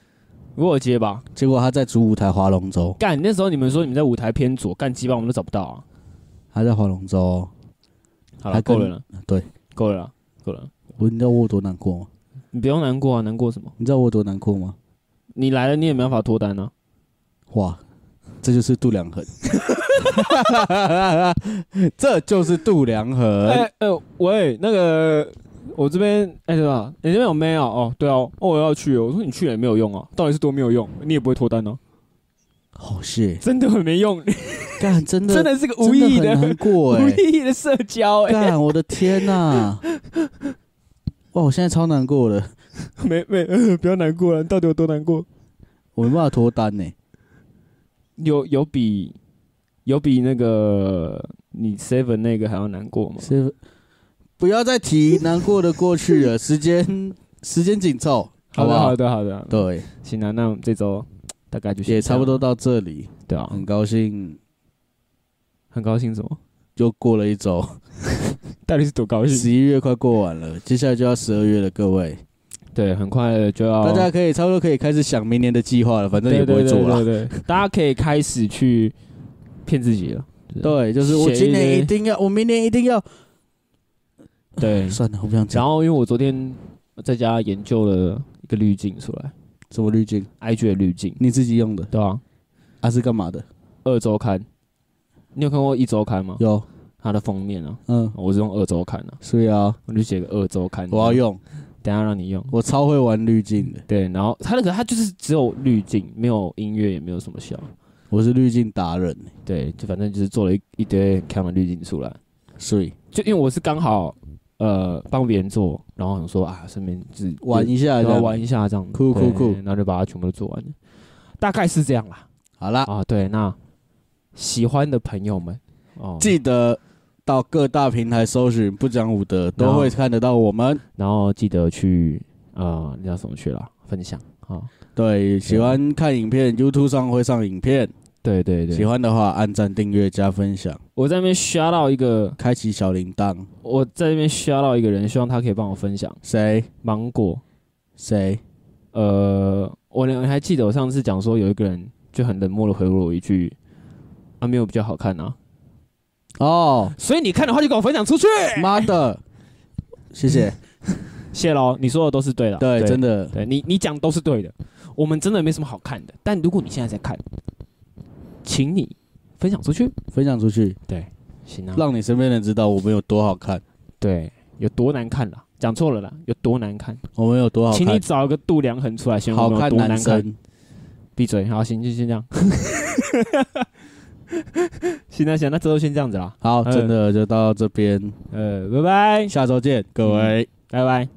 Speaker 3: 有我接吧。
Speaker 2: 结果他在主舞台划龙舟，
Speaker 3: 干那时候你们说你们在舞台偏左，干鸡巴我们都找不到啊。
Speaker 2: 他在划龙舟哦。
Speaker 3: 好
Speaker 2: 还
Speaker 3: 了，
Speaker 2: 跟
Speaker 3: 够了了，
Speaker 2: 对，
Speaker 3: 够了啦，够了啦。
Speaker 2: 我你知道我有多难过吗？
Speaker 3: 你不用难过啊，难过什么？
Speaker 2: 你知道我有多难过吗？
Speaker 3: 你来了你也没办法脱单啊。
Speaker 2: 哇，这就是度量衡， *laughs* 这就是度量衡。
Speaker 3: 哎呃，喂，那个我这边哎对吧？你这边有妹啊？哦，对啊，哦我要去哦。我说你去了也没有用啊，到底是多没有用？你也不会脱单哦，
Speaker 2: 好谢，
Speaker 3: 真的很没用，
Speaker 2: 哦干真的
Speaker 3: 真的是个无
Speaker 2: 真
Speaker 3: 意义
Speaker 2: 很难过
Speaker 3: 无
Speaker 2: 哎、
Speaker 3: 意义的社交哎、
Speaker 2: 干我的天呐、哇，我现在超难过的，
Speaker 3: *laughs* 没没、 *laughs* 呃，不要难过了，你到底有多难过？
Speaker 2: 我没办法脱单呢、欸
Speaker 3: 有有比有比那个你 seven 那个还要难过吗？
Speaker 2: 是不要再提难过的过去
Speaker 3: *laughs*
Speaker 2: 了，时间时间紧凑，好
Speaker 3: 好
Speaker 2: 不
Speaker 3: 的
Speaker 2: 好
Speaker 3: 好？的好的，好的
Speaker 2: 对，
Speaker 3: 行啊，那我们这周大概就先
Speaker 2: 也
Speaker 3: 这样
Speaker 2: 差不多，到这里，
Speaker 3: 对啊，
Speaker 2: 很高兴
Speaker 3: 很高兴什么？
Speaker 2: 又过了一
Speaker 3: *laughs*
Speaker 2: 周，
Speaker 3: 到底是多高兴？
Speaker 2: 十一月快过完了，接下来就要十二月了，各位，
Speaker 3: 对，很快就要
Speaker 2: 大家可以差不多可以开始想明年的计划了，反正也
Speaker 3: 对
Speaker 2: 不
Speaker 3: 对
Speaker 2: 会做
Speaker 3: 对对
Speaker 2: 了。 *laughs*
Speaker 3: 对，大家可以开始去骗自己了。
Speaker 2: 对，就是我今
Speaker 3: 写一
Speaker 2: 年
Speaker 3: 些
Speaker 2: 一定要，我明年一定要。
Speaker 3: 对，
Speaker 2: 算了，我不想
Speaker 3: *laughs* 然
Speaker 2: 讲。
Speaker 3: 后因为我昨天在家研究了一个滤镜出来
Speaker 2: 什么滤镜？
Speaker 3: ，IG 的滤镜，
Speaker 2: 你自己用的？
Speaker 3: 对啊，
Speaker 2: 啊，是干嘛的？
Speaker 3: 二周刊，你有看过一周刊吗？
Speaker 2: 有，
Speaker 3: 它的封面啊，
Speaker 2: 嗯，
Speaker 3: 我是用二周刊啊，
Speaker 2: 所以啊，
Speaker 3: 我就写个二周刊，
Speaker 2: 我要，用，
Speaker 3: 等一下让你用。
Speaker 2: 我超会玩滤镜的，
Speaker 3: 对，然后它那个它就是只有滤镜，没有音乐，也没有什么效。
Speaker 2: 我是滤镜达人，
Speaker 3: 对，就反正就是做了一一堆开门滤镜出来，
Speaker 2: 所以
Speaker 3: 就因为我是刚好呃帮别人做，然后想说啊顺便就是
Speaker 2: 玩一下
Speaker 3: 然
Speaker 2: 这
Speaker 3: 后
Speaker 2: 样，
Speaker 3: 玩一下这样，
Speaker 2: 酷酷
Speaker 3: 对
Speaker 2: 酷
Speaker 3: 然后就把它全部都做完了，大概是这样啦。
Speaker 2: 好啦，
Speaker 3: 啊，对，那喜欢的朋友们哦，
Speaker 2: 记得到各大平台搜寻“不讲武德”，
Speaker 3: 然
Speaker 2: 都
Speaker 3: 后
Speaker 2: 会看得到我们。
Speaker 3: 然后记得去呃那叫什么去了分享啊，
Speaker 2: 对，喜欢看影片，YouTube 上会上影片，
Speaker 3: 对对对，
Speaker 2: 喜欢的话按赞、订阅、加分享，
Speaker 3: 我在那边刷到一个，
Speaker 2: 开启小铃铛。
Speaker 3: 我在那边刷到一个人，希望他可以帮我分享
Speaker 2: 谁
Speaker 3: 芒果。
Speaker 2: 谁？
Speaker 3: 呃，我你还记得我上次讲说有一个人就很冷漠的回了我一句：“啊，没有比较好看啊。
Speaker 2: 哦”，
Speaker 3: 所以你看的话就给我分享出去，
Speaker 2: 妈的！谢谢。
Speaker 3: 谢喽。你说的都是嗯对的，
Speaker 2: 对，真，的，
Speaker 3: 对你你讲都是对的。我们真的没什么好看的，但如果你现在在看，请你分享出去，
Speaker 2: 分享出去，
Speaker 3: 行啊？
Speaker 2: 让你身边人知道我们有多好看，
Speaker 3: 对，有多难看啦？讲错了啦，有多难看？
Speaker 2: 我们有多好
Speaker 3: 请你
Speaker 2: 哦看，
Speaker 3: 找一个度量衡出来，形容我
Speaker 2: 好
Speaker 3: 们有
Speaker 2: 看
Speaker 3: 多难
Speaker 2: 男
Speaker 3: 看。
Speaker 2: 生。
Speaker 3: 闭嘴，好，行，就先这样。 *laughs* 行啊那行，那这周先这样子啦。
Speaker 2: 好，真的就到这边，
Speaker 3: 呃，拜拜，嗯
Speaker 2: 下周见，各位。
Speaker 3: 拜拜。